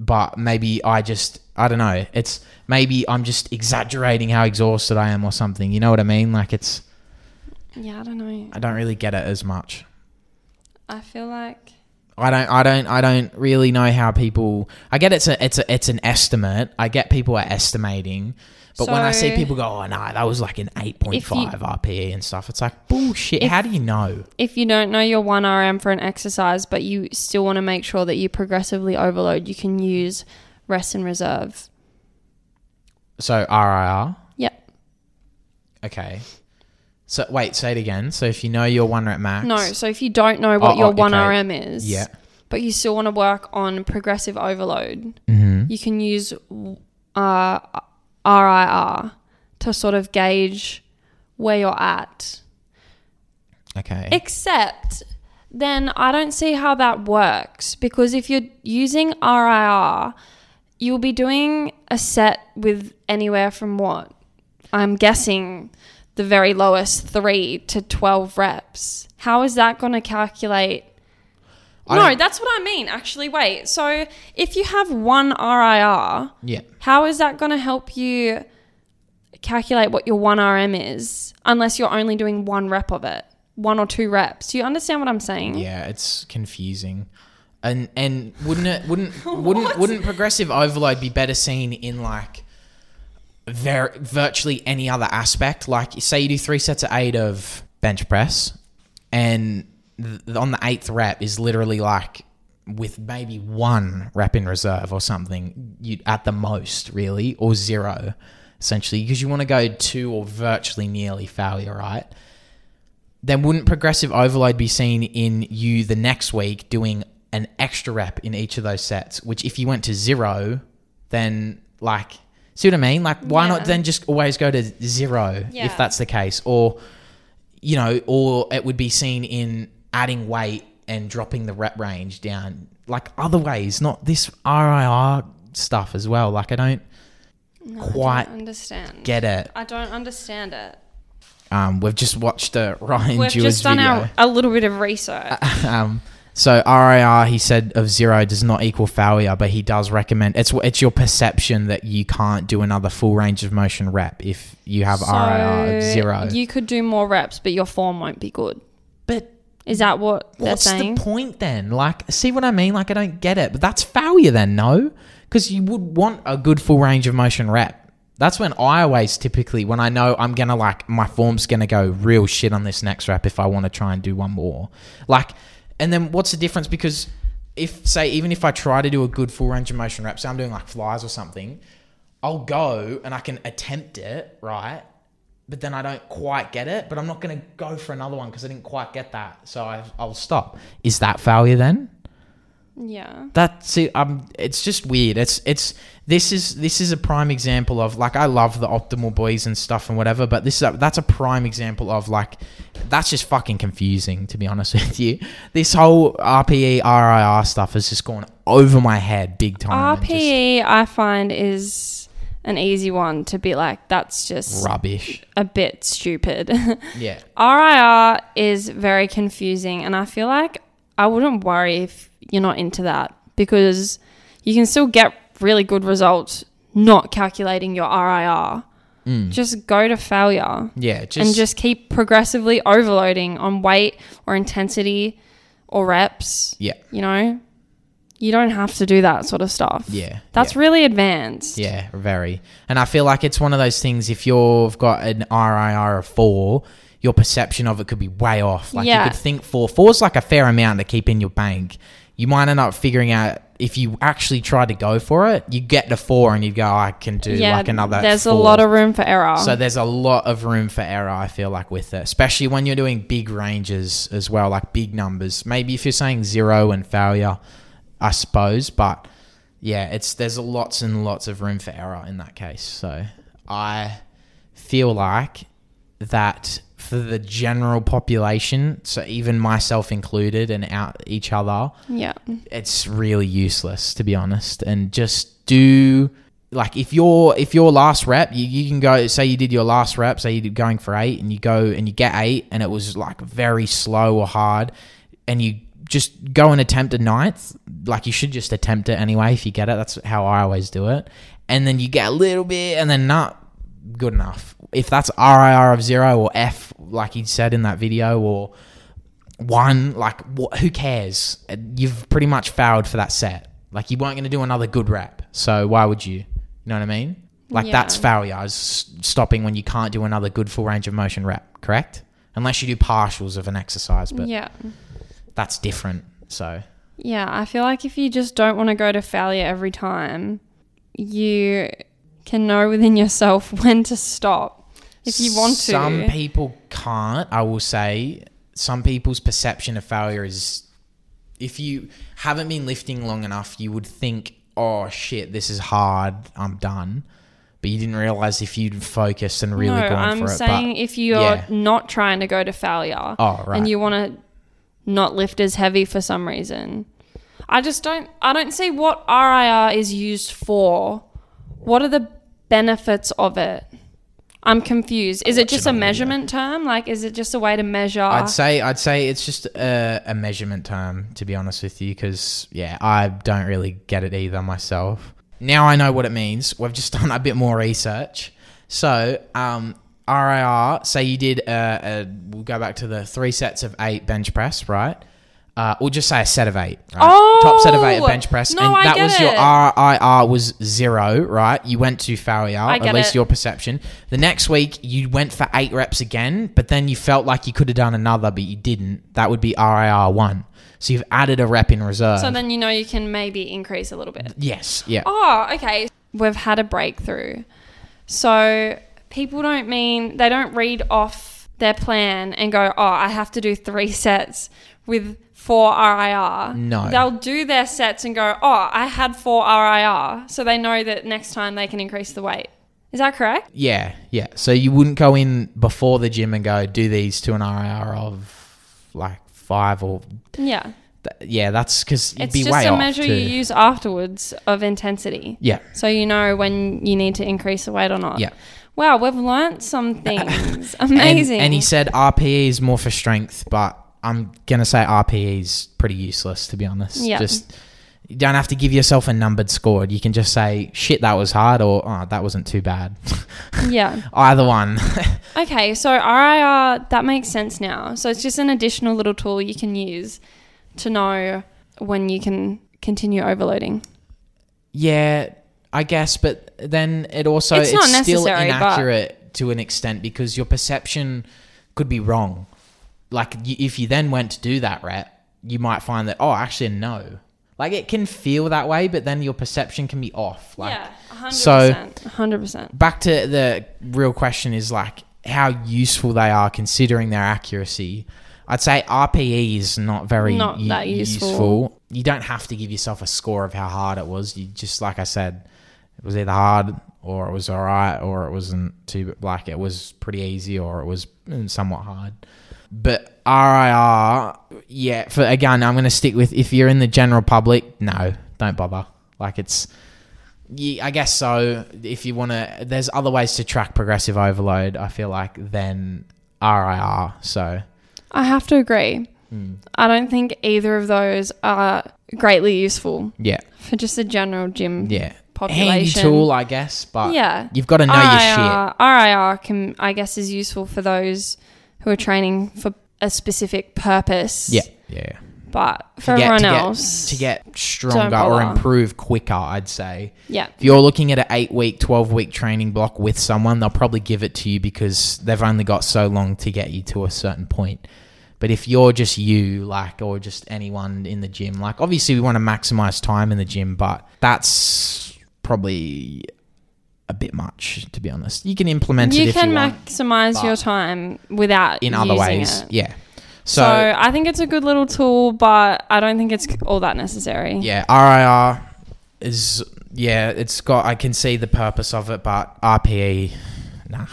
Speaker 2: But maybe I just I don't know. It's maybe I'm just exaggerating how exhausted I am or something. You know what I mean? Like it's
Speaker 3: Yeah, I don't know.
Speaker 2: I don't really get it as much.
Speaker 3: I feel like
Speaker 2: I don't, I don't, I don't really know how people. I get it's a, it's a, it's an estimate. I get people are estimating, but when I see
Speaker 3: So-
Speaker 2: people go, oh no, that was like an eight point five RPE and stuff, it's like bullshit. how do you know?
Speaker 3: if you don't know your 1RM for an exercise, but you still want to make sure that you progressively overload, you can use rest and reserve.
Speaker 2: So RIR,
Speaker 3: Yep.
Speaker 2: okay. So wait, say it again. So if you know your one rep max,
Speaker 3: No, so if you don't know what
Speaker 2: Oh,
Speaker 3: your
Speaker 2: oh, okay.
Speaker 3: 1RM is,
Speaker 2: Yeah.
Speaker 3: but you still want to work on progressive overload, you can use uh, RIR to sort of gauge where you're at.
Speaker 2: okay,
Speaker 3: Except then I don't see how that works because if you're using RIR, you'll be doing a set with anywhere from what? I'm guessing the very lowest three to 12 reps. How is that going to calculate?
Speaker 2: I
Speaker 3: no,
Speaker 2: don't-
Speaker 3: that's what I mean. Actually, wait. So if you have one RIR,
Speaker 2: yeah,
Speaker 3: how is that going to help you calculate what your 1RM is unless you're only doing one rep of it? One or two reps. Do you understand what I'm saying?
Speaker 2: yeah, it's confusing. And and wouldn't it wouldn't wouldn't wouldn't progressive overload be better seen in like ver- virtually any other aspect? Like say you do three sets of eight of bench press, and th- on the eighth rep is literally like with maybe one rep in reserve or something you at the most really or zero essentially because you want to go two or virtually nearly failure right then wouldn't progressive overload be seen in you the next week doing an extra rep in each of those sets? Which, if you went to zero, then like, see what I mean? Like, why
Speaker 3: Yeah.
Speaker 2: not then just always go to zero
Speaker 3: Yeah.
Speaker 2: if that's the case? Or, you know, or it would be seen in adding weight and dropping the rep range down, like other ways, not this RIR stuff as well. Like, I don't
Speaker 3: I
Speaker 2: quite
Speaker 3: don't understand.
Speaker 2: get it.
Speaker 3: I don't understand it.
Speaker 2: Um, we've just watched a Ryan
Speaker 3: We've
Speaker 2: Jewer's
Speaker 3: just done
Speaker 2: video.
Speaker 3: our, a little bit of research.
Speaker 2: Um, so RIR, he said, of zero does not equal failure, but he does recommend it's it's your perception that you can't do another full range of motion rep if you have RIR of
Speaker 3: So
Speaker 2: uh, zero.
Speaker 3: You could do more reps, but your form won't be good.
Speaker 2: but
Speaker 3: Is that what they're
Speaker 2: what's
Speaker 3: saying?
Speaker 2: the point then? Like, see what I mean? Like, I don't get it. But that's failure then, no? Because you would want a good full range of motion rep. That's when I always typically, when I know I'm gonna like my form's gonna go real shit on this next rep if I want to try and do one more. Like, and then what's the difference? Because if say even if I try to do a good full range of motion rep, say I'm doing like flies or something, I'll go and I can attempt it, right? but then I don't quite get it. But I'm not going to go for another one because I didn't quite get that. So i I'll stop. Is that failure then?
Speaker 3: yeah.
Speaker 2: That's it. Um, it's just weird. It's it's this is this is a prime example of like I love the optimal boys and stuff and whatever, but this is a, that's a prime example of like that's just fucking confusing to be honest with you. This whole E, RPE RIR stuff has just gone over my head big time. and just
Speaker 3: RPE, E, I find, is an easy one to be like, that's just
Speaker 2: rubbish.
Speaker 3: a bit stupid.
Speaker 2: Yeah.
Speaker 3: RIR is very confusing, and I feel like I wouldn't worry if you're not into that because you can still get really good results not calculating your RIR. Just go to failure
Speaker 2: Mm. Yeah, just,
Speaker 3: and just keep progressively overloading on weight or intensity or reps.
Speaker 2: yeah,
Speaker 3: You know, you don't have to do that sort of stuff.
Speaker 2: Yeah,
Speaker 3: That's
Speaker 2: yeah.
Speaker 3: really advanced.
Speaker 2: yeah, very. And I feel like it's one of those things. If you've got an RIR of four, your perception of it could be way off. Like
Speaker 3: Yeah.
Speaker 2: you could think four, four's like a fair amount to keep in your bank. You might end up figuring out if you actually try to go for it, you get to four and you go, I can do like another.
Speaker 3: There's a
Speaker 2: four."
Speaker 3: lot of room for error.
Speaker 2: So there's a lot of room for error, I feel like, with it, especially when you're doing big ranges as well, like big numbers. Maybe if you're saying zero and failure, I suppose, but yeah, it's there's lots and lots of room for error in that case. So I feel like that for the general population, so even myself included and out each other,
Speaker 3: yeah.
Speaker 2: it's really useless to be honest and just do like if your if your last rep you, you can go say you did your last rep say you're going for eight and you go and you get eight and it was like very slow or hard and you just go and attempt a ninth like you should just attempt it anyway if you get it that's how i always do it and then you get a little bit and then not good enough if that's rir of zero or f like he said in that video or one like wh- who cares you've pretty much failed for that set like you weren't going to do another good rep so why would you you know what i mean like
Speaker 3: Yeah.
Speaker 2: that's failure is s- stopping when you can't do another good full range of motion rep correct unless you do partials of an exercise but
Speaker 3: Yeah.
Speaker 2: that's different so
Speaker 3: Yeah. I feel like if you just don't want to go to failure every time, you can know within yourself when to stop. If you want to.
Speaker 2: some people can't i will say some people's perception of failure is if you haven't been lifting long enough you would think oh shit this is hard i'm done but you didn't realize if you'd focused and really
Speaker 3: no,
Speaker 2: gone
Speaker 3: I'm
Speaker 2: for it
Speaker 3: saying if you're
Speaker 2: yeah.
Speaker 3: not trying to go to failure
Speaker 2: Oh, right.
Speaker 3: and you want to not lift as heavy for some reason, I just don't. I don't see what RIR is used for. What are the benefits of it? I'm confused. Is it just a measurement term? Like, is it just a way to measure?
Speaker 2: I'd say I'd say it's just a, a measurement term, to be honest with you, because yeah, I don't really get it either myself. Now I know what it means. We've just done a bit more research. So um, RIR, say you did a, a, we'll go back to the three sets of eight bench press, right? Uh, we'll just say a set of eight. Right? Top set of eight
Speaker 3: Oh!
Speaker 2: at bench press,
Speaker 3: No,
Speaker 2: and
Speaker 3: I
Speaker 2: that
Speaker 3: get
Speaker 2: was your
Speaker 3: it.
Speaker 2: RIR was zero, right? You went to failure,
Speaker 3: get
Speaker 2: at least
Speaker 3: it.
Speaker 2: your your perception. The next week, you went for eight reps again, but then you felt like you could have done another, but you didn't. That would be RIR one. So you've added a rep in reserve.
Speaker 3: so then you know you can maybe increase a little bit.
Speaker 2: yes, yeah,
Speaker 3: Oh, okay. We've had a breakthrough. So people don't mean they don't read off their plan and go, oh, I have to do three sets with four RIR.
Speaker 2: No.
Speaker 3: They'll do their sets and go, oh, I had four RIR. So they know that next time they can increase the weight. Is that correct?
Speaker 2: yeah, yeah. So you wouldn't go in before the gym and go do these to an RIR of like five or
Speaker 3: Yeah.
Speaker 2: th- yeah. That's because you'd
Speaker 3: It's
Speaker 2: be
Speaker 3: just
Speaker 2: way
Speaker 3: a
Speaker 2: off.
Speaker 3: measure
Speaker 2: too.
Speaker 3: you use afterwards of intensity.
Speaker 2: yeah,
Speaker 3: So you know when you need to increase the weight or not.
Speaker 2: Yeah.
Speaker 3: Wow, we've learned some things. Amazing.
Speaker 2: And, and he said RPE is more for strength, but I'm gonna say RPE is pretty useless to be honest.
Speaker 3: Yeah.
Speaker 2: Just you don't have to give yourself a numbered score. You can just say shit that was hard or oh that wasn't too bad.
Speaker 3: yeah.
Speaker 2: Either one.
Speaker 3: Okay, so RIR, that makes sense now. So it's just an additional little tool you can use to know when you can continue overloading.
Speaker 2: yeah, I guess, but then it also
Speaker 3: It's
Speaker 2: it's,
Speaker 3: not
Speaker 2: still
Speaker 3: necessary, but-
Speaker 2: inaccurate to an extent because your perception could be wrong. Like y- if you then went to do that rep, you might find that oh actually no. Like it can feel that way, but then your perception can be off. Like
Speaker 3: yeah, 100%.
Speaker 2: so-
Speaker 3: 100%.
Speaker 2: back to the real question is like how useful they are considering their accuracy. I'd say RPE is not very
Speaker 3: Not
Speaker 2: u-
Speaker 3: that useful.
Speaker 2: You don't have to give yourself a score of how hard it was. You just like I said, it was either hard or it was all right or it wasn't too like it was pretty easy or it was mm, somewhat hard. But RIR, yeah. For again, I'm going to stick with if you're in the general public, no, don't bother. Like it's yeah, I guess so. If you want to, there's other ways to track progressive overload. I feel like than RIR. So Hmm.
Speaker 3: I have to agree. I don't think either of those are greatly useful
Speaker 2: Yeah.
Speaker 3: for just the general gym.
Speaker 2: Yeah. Handy
Speaker 3: Population.
Speaker 2: tool, I guess, but
Speaker 3: Yeah.
Speaker 2: you've got to know your shit.
Speaker 3: RIR RIR can, I guess, is useful for those who are training for a specific purpose.
Speaker 2: Yeah. Yeah.
Speaker 3: But for
Speaker 2: To get-
Speaker 3: everyone
Speaker 2: to get-
Speaker 3: else,
Speaker 2: to get stronger or
Speaker 3: bother.
Speaker 2: improve quicker, I'd say.
Speaker 3: yeah,
Speaker 2: If you're looking at an eight week, 12 week training block with someone, they'll probably give it to you because they've only got so long to get you to a certain point. But if you're just you, like, or just anyone in the gym, like, obviously we want to maximize time in the gym, but that's probably a bit much, to be honest. You can implement it
Speaker 3: you
Speaker 2: if
Speaker 3: can
Speaker 2: you want
Speaker 3: maximize your
Speaker 2: but
Speaker 3: time without
Speaker 2: in other
Speaker 3: using
Speaker 2: ways.
Speaker 3: it.
Speaker 2: Yeah.
Speaker 3: So,
Speaker 2: so,
Speaker 3: I think it's a good little tool, but I don't think it's all that necessary.
Speaker 2: yeah, RIR is, yeah, it's got, I can see the purpose of it, but RPE, nah,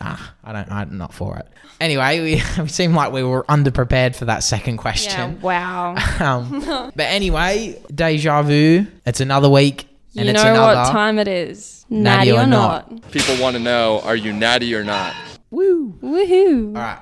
Speaker 2: nah, I don't, I'm not for it. Anyway, we, we seem like we were underprepared for that second
Speaker 3: Yeah,
Speaker 2: question.
Speaker 3: wow.
Speaker 2: Um, but anyway, deja vu, it's another week.
Speaker 3: you
Speaker 2: and
Speaker 3: know
Speaker 2: it's another.
Speaker 3: what time it is?
Speaker 2: Natty
Speaker 3: Natty,
Speaker 2: or
Speaker 3: or
Speaker 2: not.
Speaker 3: not.
Speaker 4: People want to know are you natty or not?
Speaker 2: Woo.
Speaker 3: Woohoo.
Speaker 2: All right.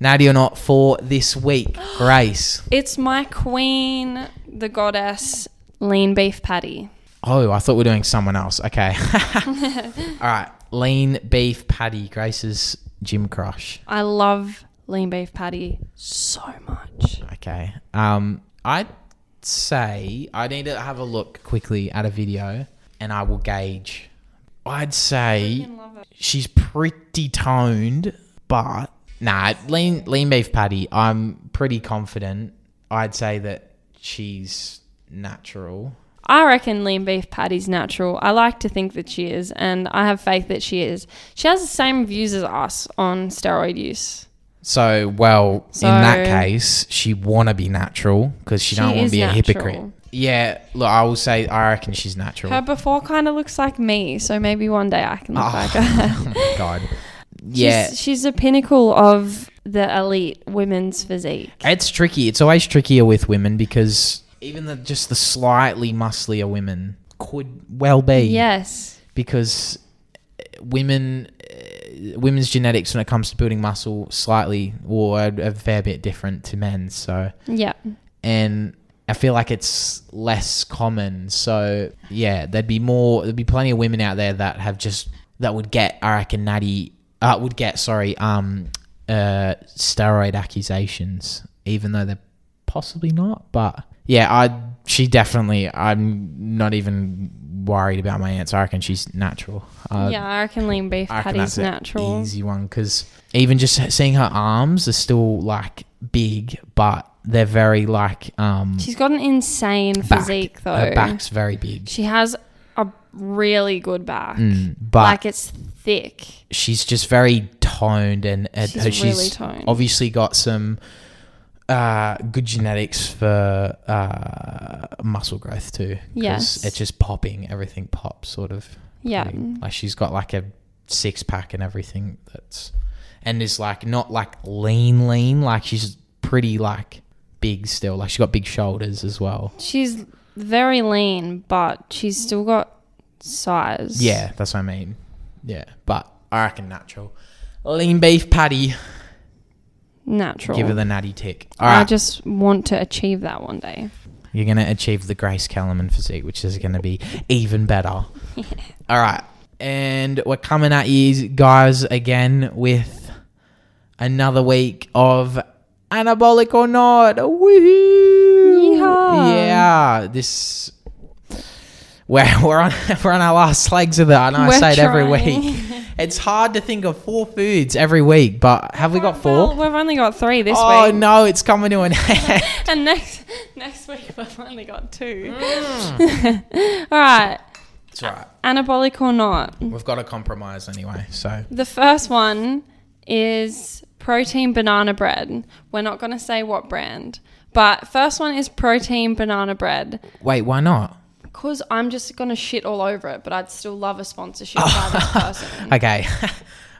Speaker 2: Natty or not for this week, Grace.
Speaker 3: It's my queen, the goddess, lean beef patty.
Speaker 2: Oh, I thought we were doing someone else. Okay. All right. Lean beef patty, Grace's gym crush.
Speaker 3: I love lean beef patty so much.
Speaker 2: Okay. Um, I'd say I need to have a look quickly at a video and I will gauge. I'd say she's pretty toned, but nah, lean lean beef patty. I'm pretty confident. I'd say that she's natural.
Speaker 3: I reckon lean beef patty's natural. I like to think that she is, and I have faith that she is. She has the same views as us on steroid use.
Speaker 2: So, well, in that
Speaker 3: So-
Speaker 2: case, she wanna be natural because she,
Speaker 3: She
Speaker 2: don't want to
Speaker 3: is
Speaker 2: be a hypocrite.
Speaker 3: natural.
Speaker 2: Yeah, look, I will say I reckon she's natural.
Speaker 3: Her before kind of looks like me, so maybe one day I can look
Speaker 2: Oh,
Speaker 3: like her.
Speaker 2: oh my god. Yeah.
Speaker 3: She's, she's a pinnacle of the elite women's physique.
Speaker 2: It's tricky. It's always trickier with women because even the just the slightly musclier women could well be.
Speaker 3: Yes.
Speaker 2: Because uh, women, uh, women's genetics when it comes to building muscle, slightly or a, a fair bit different to men's. So,
Speaker 3: Yeah.
Speaker 2: and I feel like it's less common. So yeah, there'd be more. There'd be plenty of women out there that have just that would get I reckon natty uh, would get sorry um uh steroid accusations, even though they're possibly not. But yeah, I she definitely. I'm not even worried about my answer. I reckon she's natural. Uh,
Speaker 3: yeah, I reckon lean beef
Speaker 2: I reckon
Speaker 3: patty's
Speaker 2: that's an
Speaker 3: natural.
Speaker 2: easy one because even just seeing her arms are still like big, but they're very like um
Speaker 3: She's got an insane
Speaker 2: back.
Speaker 3: physique, though.
Speaker 2: Her back's very big,
Speaker 3: She has a really good back.
Speaker 2: Mm, but
Speaker 3: like it's thick.
Speaker 2: she's just very toned and, and
Speaker 3: She's
Speaker 2: she's,
Speaker 3: really toned.
Speaker 2: obviously got some uh good genetics for uh muscle growth too 'cause
Speaker 3: Yes.
Speaker 2: it's just popping everything pops sort of
Speaker 3: Yeah.
Speaker 2: thing. like she's got like a six pack and everything that's and is like not like lean lean like she's pretty like big still like she's got big shoulders as well
Speaker 3: She's very lean, but she's still got size.
Speaker 2: yeah that's what i mean yeah but i reckon natural lean beef patty
Speaker 3: Natural.
Speaker 2: give her the natty tick all
Speaker 3: I
Speaker 2: right
Speaker 3: just want to achieve that one day.
Speaker 2: you're gonna achieve the grace kellerman physique which is gonna be even better all right and we're coming at you guys again with another week of anabolic or not. Woohoo!
Speaker 3: Yeehaw.
Speaker 2: Yeah, this we're we're on we're on our last legs of that. I know I
Speaker 3: We're
Speaker 2: say it every
Speaker 3: trying.
Speaker 2: week. It's hard to think of four foods every week, but have we got
Speaker 3: Well,
Speaker 2: four?
Speaker 3: we've only got three this
Speaker 2: Oh
Speaker 3: week.
Speaker 2: no, it's coming to an end.
Speaker 3: And next next week we've only got two.
Speaker 2: Mm.
Speaker 3: All right.
Speaker 2: It's all right.
Speaker 3: Anabolic or not.
Speaker 2: We've got a compromise anyway. So
Speaker 3: The first one is protein banana bread. We're not going to say what brand, but first one is protein banana bread
Speaker 2: wait, why not?
Speaker 3: because I'm just going to shit all over it, but I'd still love a sponsorship by this person.
Speaker 2: Okay.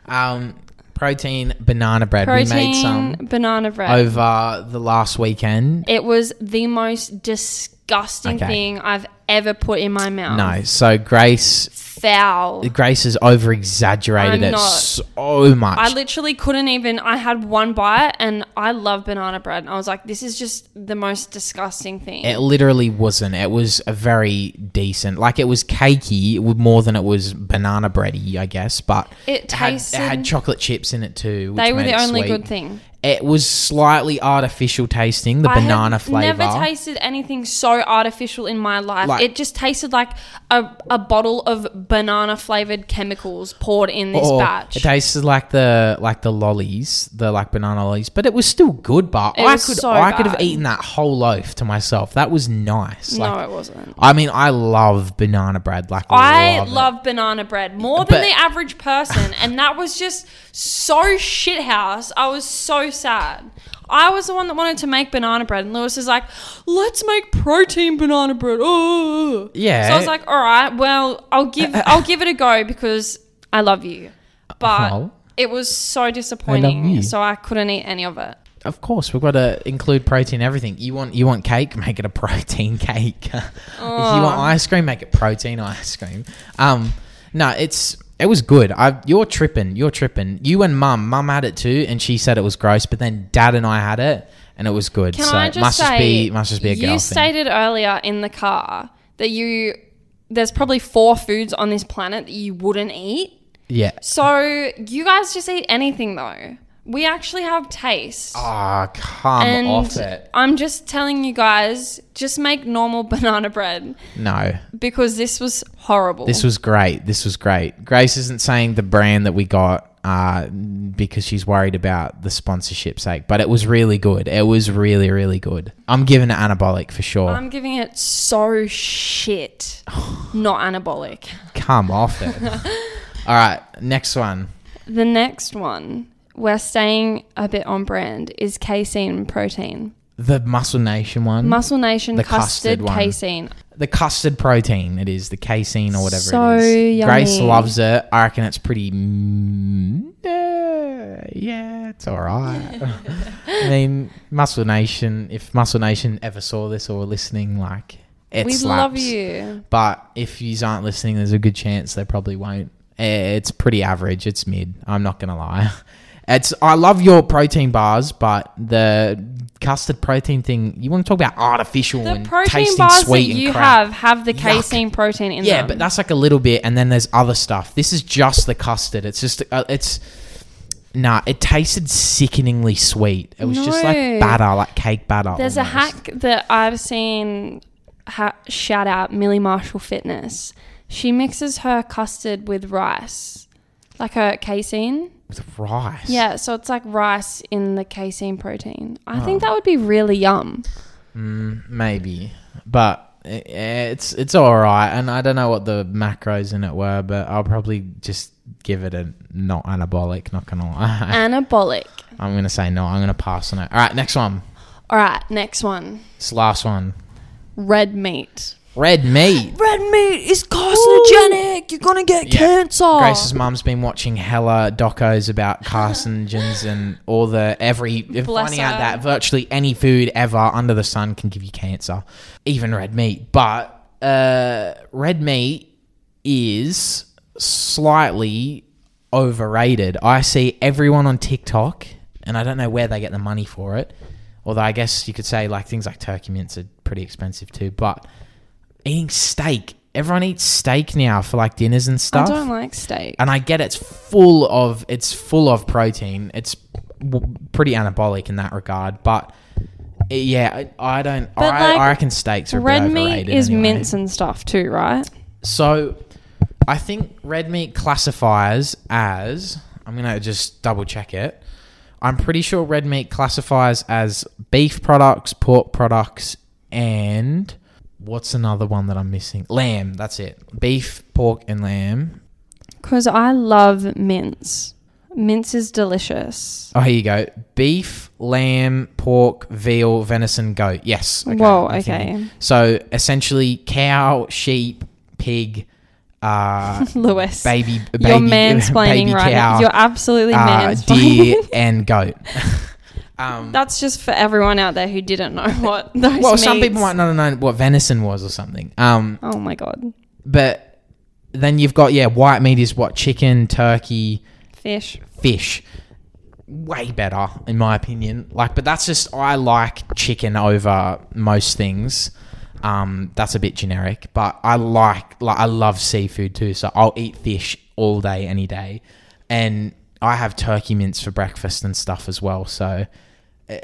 Speaker 2: um, protein banana bread. we made
Speaker 3: Protein
Speaker 2: some
Speaker 3: banana bread.
Speaker 2: over the last weekend.
Speaker 3: It was the most disgusting
Speaker 2: Okay.
Speaker 3: thing I've ever put in my mouth.
Speaker 2: No, so Grace
Speaker 3: foul.
Speaker 2: Grace has over exaggerated
Speaker 3: I'm
Speaker 2: it
Speaker 3: not.
Speaker 2: so much.
Speaker 3: I literally couldn't even. I had one bite, and I love banana bread, and I was like, "This is just the most disgusting thing."
Speaker 2: it literally wasn't. It was a very decent, like it was cakey with more than it was banana bready, I guess. But
Speaker 3: It
Speaker 2: had-
Speaker 3: tasted-
Speaker 2: It had, chocolate chips in it too. Which
Speaker 3: they were
Speaker 2: made
Speaker 3: the
Speaker 2: it
Speaker 3: only
Speaker 2: sweet.
Speaker 3: good thing.
Speaker 2: It was slightly artificial tasting. The
Speaker 3: I had
Speaker 2: banana flavor.
Speaker 3: Never tasted anything so artificial in my life.
Speaker 2: Like-
Speaker 3: it just tasted like a, a bottle of banana flavored chemicals poured in this
Speaker 2: Or
Speaker 3: batch.
Speaker 2: It tasted like the like the lollies, the like banana lollies, but it was still good. But
Speaker 3: It
Speaker 2: I
Speaker 3: was
Speaker 2: could
Speaker 3: so
Speaker 2: I could have
Speaker 3: bad.
Speaker 2: eaten that whole loaf to myself. That was nice.
Speaker 3: no,
Speaker 2: Like,
Speaker 3: it wasn't.
Speaker 2: I mean, I love banana bread. Like
Speaker 3: I
Speaker 2: it.
Speaker 3: love banana bread more than
Speaker 2: But-
Speaker 3: the average person, and that was just so shithouse. I was so sad. I was the one that wanted to make banana bread, and Lewis is like, "Let's make protein banana bread." Oh,
Speaker 2: Yeah.
Speaker 3: So I was like, "All right, well, I'll give I'll give it a go because I love you," but
Speaker 2: Oh.
Speaker 3: it was so disappointing.
Speaker 2: you.
Speaker 3: So I couldn't eat any of it.
Speaker 2: Of course, we've got to include protein. in Everything you want, you want cake, make it a protein cake. If you want ice cream, make it protein ice cream. Um, no, it's it was good. I you're tripping, you're tripping. You and mum, mum had it too, and she said it was gross. But then dad and I had it, and it was good.
Speaker 3: Can
Speaker 2: so
Speaker 3: I
Speaker 2: it
Speaker 3: just
Speaker 2: must
Speaker 3: say,
Speaker 2: just be must just be a
Speaker 3: you
Speaker 2: girl thing.
Speaker 3: stated earlier in the car that you there's probably four foods on this planet that you wouldn't eat.
Speaker 2: yeah.
Speaker 3: So you guys just eat anything though. We actually have taste.
Speaker 2: Ah, come
Speaker 3: and
Speaker 2: off it.
Speaker 3: I'm just telling you guys, just make normal banana bread
Speaker 2: No,
Speaker 3: because this was horrible.
Speaker 2: This was great. This was great. Grace isn't saying the brand that we got uh, because she's worried about the sponsorship sake, but it was really good. It was really, really good. I'm giving it anabolic for sure.
Speaker 3: I'm giving it so shit. Not anabolic.
Speaker 2: Come off it. All right, next one.
Speaker 3: The next one, we're staying a bit on brand, is casein protein.
Speaker 2: The Muscle Nation one.
Speaker 3: Muscle Nation
Speaker 2: The
Speaker 3: custard,
Speaker 2: custard one.
Speaker 3: casein.
Speaker 2: the custard protein, it is. The casein or whatever
Speaker 3: So
Speaker 2: it is. Grace
Speaker 3: yummy.
Speaker 2: loves it. I reckon it's pretty. Mm, eh, yeah, it's all right. I mean, Muscle Nation, if Muscle Nation ever saw this or were listening, like, it
Speaker 3: we
Speaker 2: slaps.
Speaker 3: love you.
Speaker 2: But if you aren't listening, there's a good chance they probably won't. Eh, It's pretty average. It's mid. I'm not gonna lie. It's I love your protein bars, but the custard protein thing. You want to talk about artificial
Speaker 3: The
Speaker 2: and
Speaker 3: protein
Speaker 2: tasting
Speaker 3: bars that
Speaker 2: sweet and
Speaker 3: you
Speaker 2: crap.
Speaker 3: have have the
Speaker 2: Yuck.
Speaker 3: casein protein in
Speaker 2: Yeah,
Speaker 3: them.
Speaker 2: but that's like a little bit, and then there's other stuff. This is just the custard. It's just uh, it's. Nah, it tasted sickeningly sweet. It was just
Speaker 3: No.
Speaker 2: like batter, like cake batter.
Speaker 3: There's a
Speaker 2: almost.
Speaker 3: hack that I've seen. Ha- shout out Millie Marshall Fitness. She mixes her custard with rice, like her casein.
Speaker 2: with rice.
Speaker 3: Yeah, so it's like rice in the casein protein. I think
Speaker 2: Oh.
Speaker 3: that would be really yum.
Speaker 2: maybe, but i- it's it's all right. And I don't know what the macros in it were, but I'll probably just give it a not anabolic. Not gonna lie,
Speaker 3: Anabolic.
Speaker 2: I'm gonna say no. I'm gonna pass on it. All right, next one.
Speaker 3: All right, next one.
Speaker 2: It's the last one.
Speaker 3: Red meat.
Speaker 2: Red meat.
Speaker 3: Red meat is carcinogenic. You're gonna get
Speaker 2: Yeah.
Speaker 3: cancer.
Speaker 2: Grace's mum's been watching hella docos about carcinogens and all the every finding
Speaker 3: her.
Speaker 2: out that virtually any food ever under the sun can give you cancer, even red meat. But uh, red meat is slightly overrated. I see everyone on TikTok, and I don't know where they get the money for it. Although I guess you could say like things like turkey mints are pretty expensive too, but eating steak. Everyone eats steak now for like dinners and
Speaker 3: I
Speaker 2: stuff.
Speaker 3: don't like steak.
Speaker 2: and I get it's full of it's full of protein. It's w- pretty anabolic in that regard, but eh, yeah, I, I don't.
Speaker 3: But,
Speaker 2: I,
Speaker 3: like,
Speaker 2: I reckon steaks are a bit
Speaker 3: Red meat
Speaker 2: overrated
Speaker 3: is
Speaker 2: anyway.
Speaker 3: mince and stuff too, right?
Speaker 2: So I think red meat classifies as I'm gonna just double check it. I'm pretty sure red meat classifies as beef products, pork products, and what's another one that I'm missing? Lamb, that's it. Beef, pork, and lamb.
Speaker 3: Because I love mince. Mince is delicious.
Speaker 2: Oh, here you go. Beef, lamb, pork, veal, venison, goat. Yes.
Speaker 3: Whoa,
Speaker 2: I'm
Speaker 3: okay.
Speaker 2: thinking. So essentially, cow, sheep, pig, uh,
Speaker 3: Lewis,
Speaker 2: baby, baby, uh,
Speaker 3: you're mansplaining
Speaker 2: baby
Speaker 3: right
Speaker 2: cow,
Speaker 3: now. You're absolutely
Speaker 2: uh,
Speaker 3: mansplaining.
Speaker 2: deer, and goat. um,
Speaker 3: That's just for everyone out there who didn't know what those.
Speaker 2: well, some
Speaker 3: meats-
Speaker 2: people might not have known what venison was or something. Um,
Speaker 3: Oh my god!
Speaker 2: but then you've got yeah, white meat is what chicken, turkey,
Speaker 3: Fish.
Speaker 2: fish. Way better, in my opinion. Like, but that's just I like chicken over most things. Um, that's a bit generic, but I like like I love seafood too, so I'll eat fish all day, any day, and I have turkey mince for breakfast and stuff as well. So eh,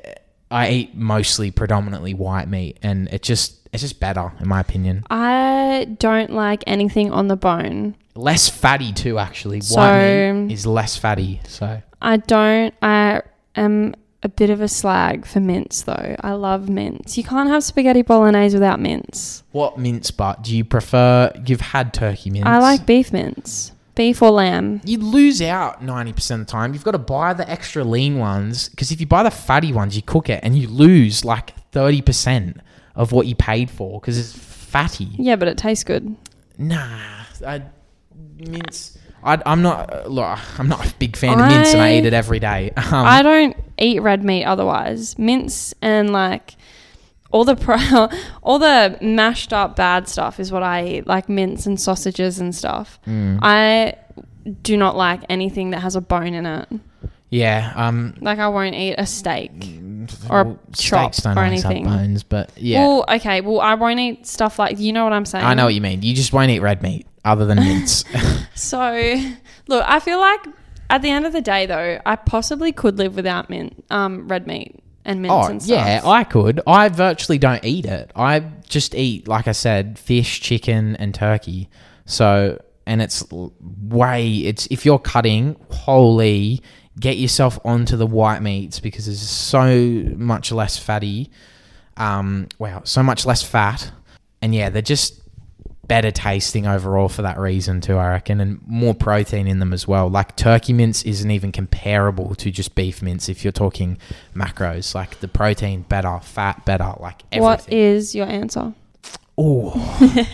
Speaker 2: I eat mostly predominantly white meat, and it just it's just better in my opinion.
Speaker 3: I don't like anything on the bone.
Speaker 2: Less fatty too, actually. white
Speaker 3: So-
Speaker 2: meat is less fatty, so
Speaker 3: I don't. I am a bit of a slag for mince, though. I love mince. You can't have spaghetti bolognese without mince.
Speaker 2: What mince butt do you prefer? You've had turkey mince.
Speaker 3: I like beef mince, beef or lamb.
Speaker 2: You lose out 90% of the time. You've got to buy the extra lean ones because if you buy the fatty ones, you cook it and you lose like 30% of what you paid for because it's fatty.
Speaker 3: Yeah, but it tastes good.
Speaker 2: Nah, I, mince. I, I'm not. uh, Look, I'm not a big fan of mince, and I
Speaker 3: I-
Speaker 2: eat it every day. Um,
Speaker 3: I don't eat red meat otherwise. Mince and like all the pro- all the mashed up bad stuff is what I eat, like mince and sausages and stuff.
Speaker 2: Mm.
Speaker 3: I do not like anything that has a bone in it.
Speaker 2: yeah. Um,
Speaker 3: Like I won't eat a steak or a chop
Speaker 2: Mm, steaks don't
Speaker 3: or
Speaker 2: always have
Speaker 3: anything.
Speaker 2: bones, but yeah,
Speaker 3: Well, okay. Well, I won't eat stuff like you know what I'm saying.
Speaker 2: I know what you mean. You just won't eat red meat other than mince.
Speaker 3: So, look, I feel like at the end of the day, though, I possibly could live without mint, um, red meat and mince and stuff.
Speaker 2: Oh, yeah, I could. I virtually don't eat it. I just eat, like I said, fish, chicken, and turkey. So, and it's l- way. It's if you're cutting, holy, get yourself onto the white meats because there's so much less fatty. Um, wow, so much less fat, and yeah, they're just better tasting overall for that reason too. I reckon, and more protein in them as well. Like turkey mince isn't even comparable to just beef mince if you're talking macros. Like the protein better, fat better, like
Speaker 3: what
Speaker 2: everything.
Speaker 3: is your answer?
Speaker 2: Oh,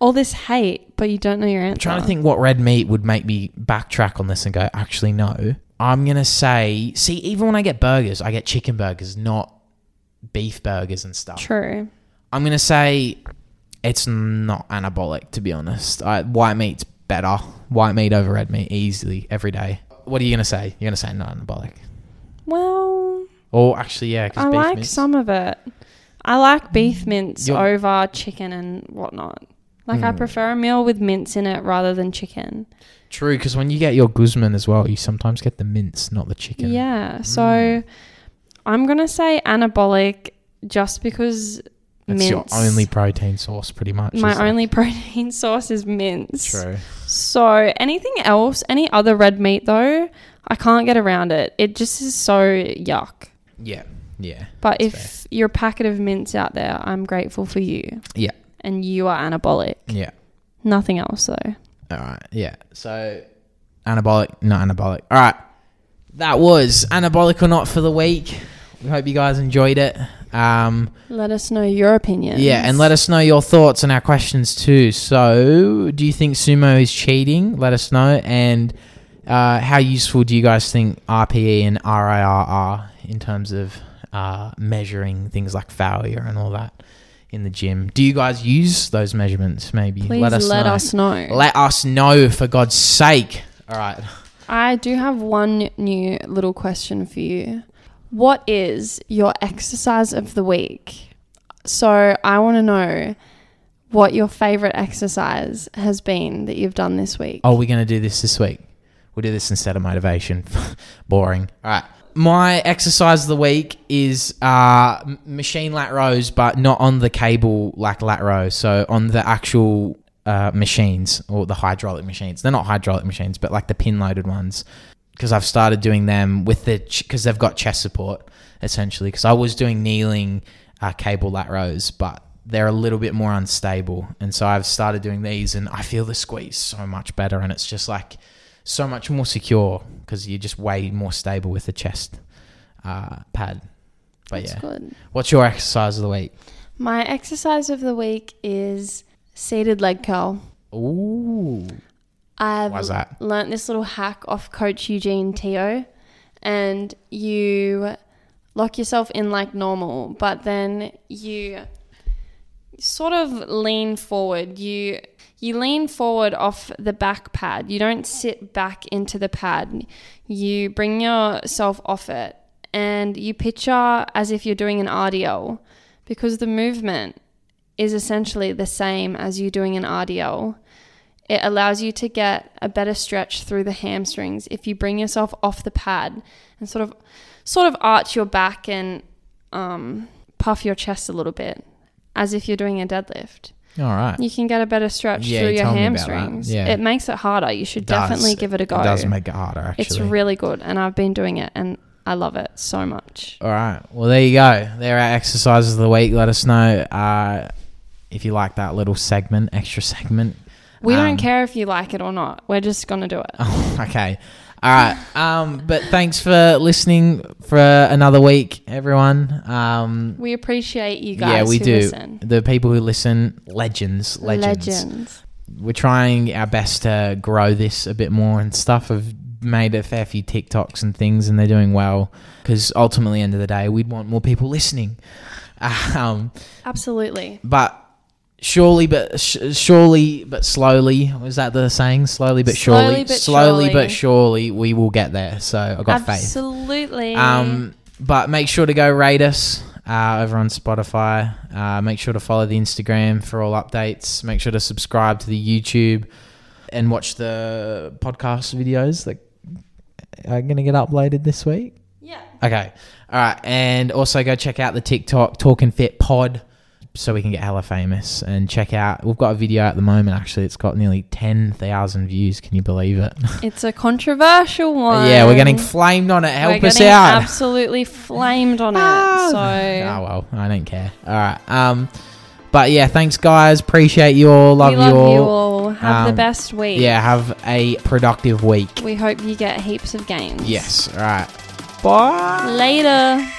Speaker 3: All this hate, but you don't know your answer.
Speaker 2: I'm trying to think what red meat would make me backtrack on this and go, actually, no. I'm going to say, see, even when I get burgers, I get chicken burgers, not beef burgers and stuff.
Speaker 3: True.
Speaker 2: I'm going to say it's not anabolic, to be honest. I, white meat's better. White meat over red meat easily every day. What are you going to say? You're going to say not anabolic.
Speaker 3: Well,
Speaker 2: Or actually, yeah, because
Speaker 3: I
Speaker 2: beef
Speaker 3: like
Speaker 2: meat's-
Speaker 3: some of it. I
Speaker 2: Mm.
Speaker 3: like beef mince
Speaker 2: You're- Mm.
Speaker 3: over chicken and whatnot. Like I prefer a meal with mince in it rather than chicken.
Speaker 2: True, because when you get your Guzman as well, you sometimes get the mince, not the chicken. Mm.
Speaker 3: Yeah. So I'm going to say anabolic just because
Speaker 2: That's
Speaker 3: mince.
Speaker 2: your only protein source, pretty much.
Speaker 3: my
Speaker 2: isn't it?
Speaker 3: only protein source is mince.
Speaker 2: True.
Speaker 3: So anything else, any other red meat though, I can't get around it. It just is so yuck.
Speaker 2: Yeah. Yeah.
Speaker 3: But
Speaker 2: That's
Speaker 3: if you're a packet of mints out there, I'm grateful for you
Speaker 2: Yeah.
Speaker 3: and you are anabolic.
Speaker 2: Yeah.
Speaker 3: Nothing else though.
Speaker 2: All right. Yeah. So anabolic, not anabolic. All right. That was anabolic or not for the week. We hope you guys enjoyed it. Um,
Speaker 3: Let us know your opinion.
Speaker 2: yeah, and let us know your thoughts and our questions too. So, do you think sumo is cheating? Let us know. And uh, how useful do you guys think RPE and RIR are in terms of uh, measuring things like failure and all that in the gym? Do you guys use those measurements? Maybe
Speaker 3: Please let, us know.
Speaker 2: let us know for God's sake. All right.
Speaker 3: I do have one new little question for you. What is your exercise of the week? So I want to know what your favorite exercise has been that you've done this week.
Speaker 2: Oh, we're going to do this this week. We'll do this instead of motivation. Boring. All right. My exercise of the week is uh, m- machine lat rows, but not on the cable like lat row. So on the actual uh, machines or the hydraulic machines. They're not hydraulic machines, but like the pin loaded ones. Because I've started doing them with the because they've got chest support essentially. Because I was doing kneeling uh, cable lat rows, but they're a little bit more unstable. And so I've started doing these and I feel the squeeze so much better. And it's just like so much more secure because you're just way more stable with the chest uh, pad. But
Speaker 3: That's
Speaker 2: yeah.
Speaker 3: good.
Speaker 2: What's your exercise of the week?
Speaker 3: My exercise of the week is seated leg curl.
Speaker 2: Ooh.
Speaker 3: I've
Speaker 2: Why's that?
Speaker 3: learnt this little hack off coach Eugene Teo and you lock yourself in like normal, but then you sort of lean forward. You you lean forward off the back pad. You don't sit back into the pad. You bring yourself off it and you picture as if you're doing an RDL because the movement is essentially the same as you doing an RDL. It allows you to get a better stretch through the hamstrings if you bring yourself off the pad and sort of sort of arch your back and um, puff your chest a little bit as if you're doing a deadlift.
Speaker 2: All right.
Speaker 3: You can get a better stretch
Speaker 2: Yeah,
Speaker 3: through
Speaker 2: you
Speaker 3: your
Speaker 2: told me about that.
Speaker 3: hamstrings.
Speaker 2: Yeah.
Speaker 3: It makes it harder. You should
Speaker 2: Does.
Speaker 3: definitely give it a go.
Speaker 2: It does make it harder, actually.
Speaker 3: it's really good and I've been doing it and I love it so much.
Speaker 2: All right. Well, there you go. There are exercises of the week. Let us know uh, if you like that little segment, extra segment.
Speaker 3: We
Speaker 2: Um, Uh-huh.
Speaker 3: don't care if you like it or not. We're just going to do it.
Speaker 2: okay. All right. Um, but thanks for listening for another week, everyone. Um,
Speaker 3: We appreciate you guys
Speaker 2: yeah, we
Speaker 3: who
Speaker 2: do.
Speaker 3: listen.
Speaker 2: The people who listen, legends, legends.
Speaker 3: Legends.
Speaker 2: We're trying our best to grow this a bit more and stuff. I've made a fair few TikToks and things, and they're doing well because ultimately, end of the day, we'd want more people listening. Um,
Speaker 3: Absolutely.
Speaker 2: but surely but sh- surely but slowly was that the saying slowly but surely
Speaker 3: Slowly but
Speaker 2: slowly
Speaker 3: surely.
Speaker 2: but surely we will get there so i got faith
Speaker 3: Absolutely.
Speaker 2: um
Speaker 3: Mm.
Speaker 2: but make sure to go rate us uh, over on spotify uh, make sure to follow the instagram for all updates make sure to subscribe to the youtube and watch the podcast videos that are going to get uploaded this week
Speaker 3: yeah.
Speaker 2: Okay. All right. And also go check out the TikTok Talking Fit Pod so we can get hella famous and check out we've got a video at the moment actually it's got nearly 10,000 views can you believe it
Speaker 3: It's a controversial one.
Speaker 2: yeah we're getting flamed on it
Speaker 3: We're
Speaker 2: help us
Speaker 3: getting
Speaker 2: out
Speaker 3: Absolutely flamed on it.
Speaker 2: Ah.
Speaker 3: So
Speaker 2: oh well I don't care all right um but yeah thanks guys appreciate you all love,
Speaker 3: we love you all.
Speaker 2: you Um,
Speaker 3: Have the best week.
Speaker 2: yeah have a productive week
Speaker 3: We hope you get heaps of gains.
Speaker 2: yes all right bye
Speaker 3: Later.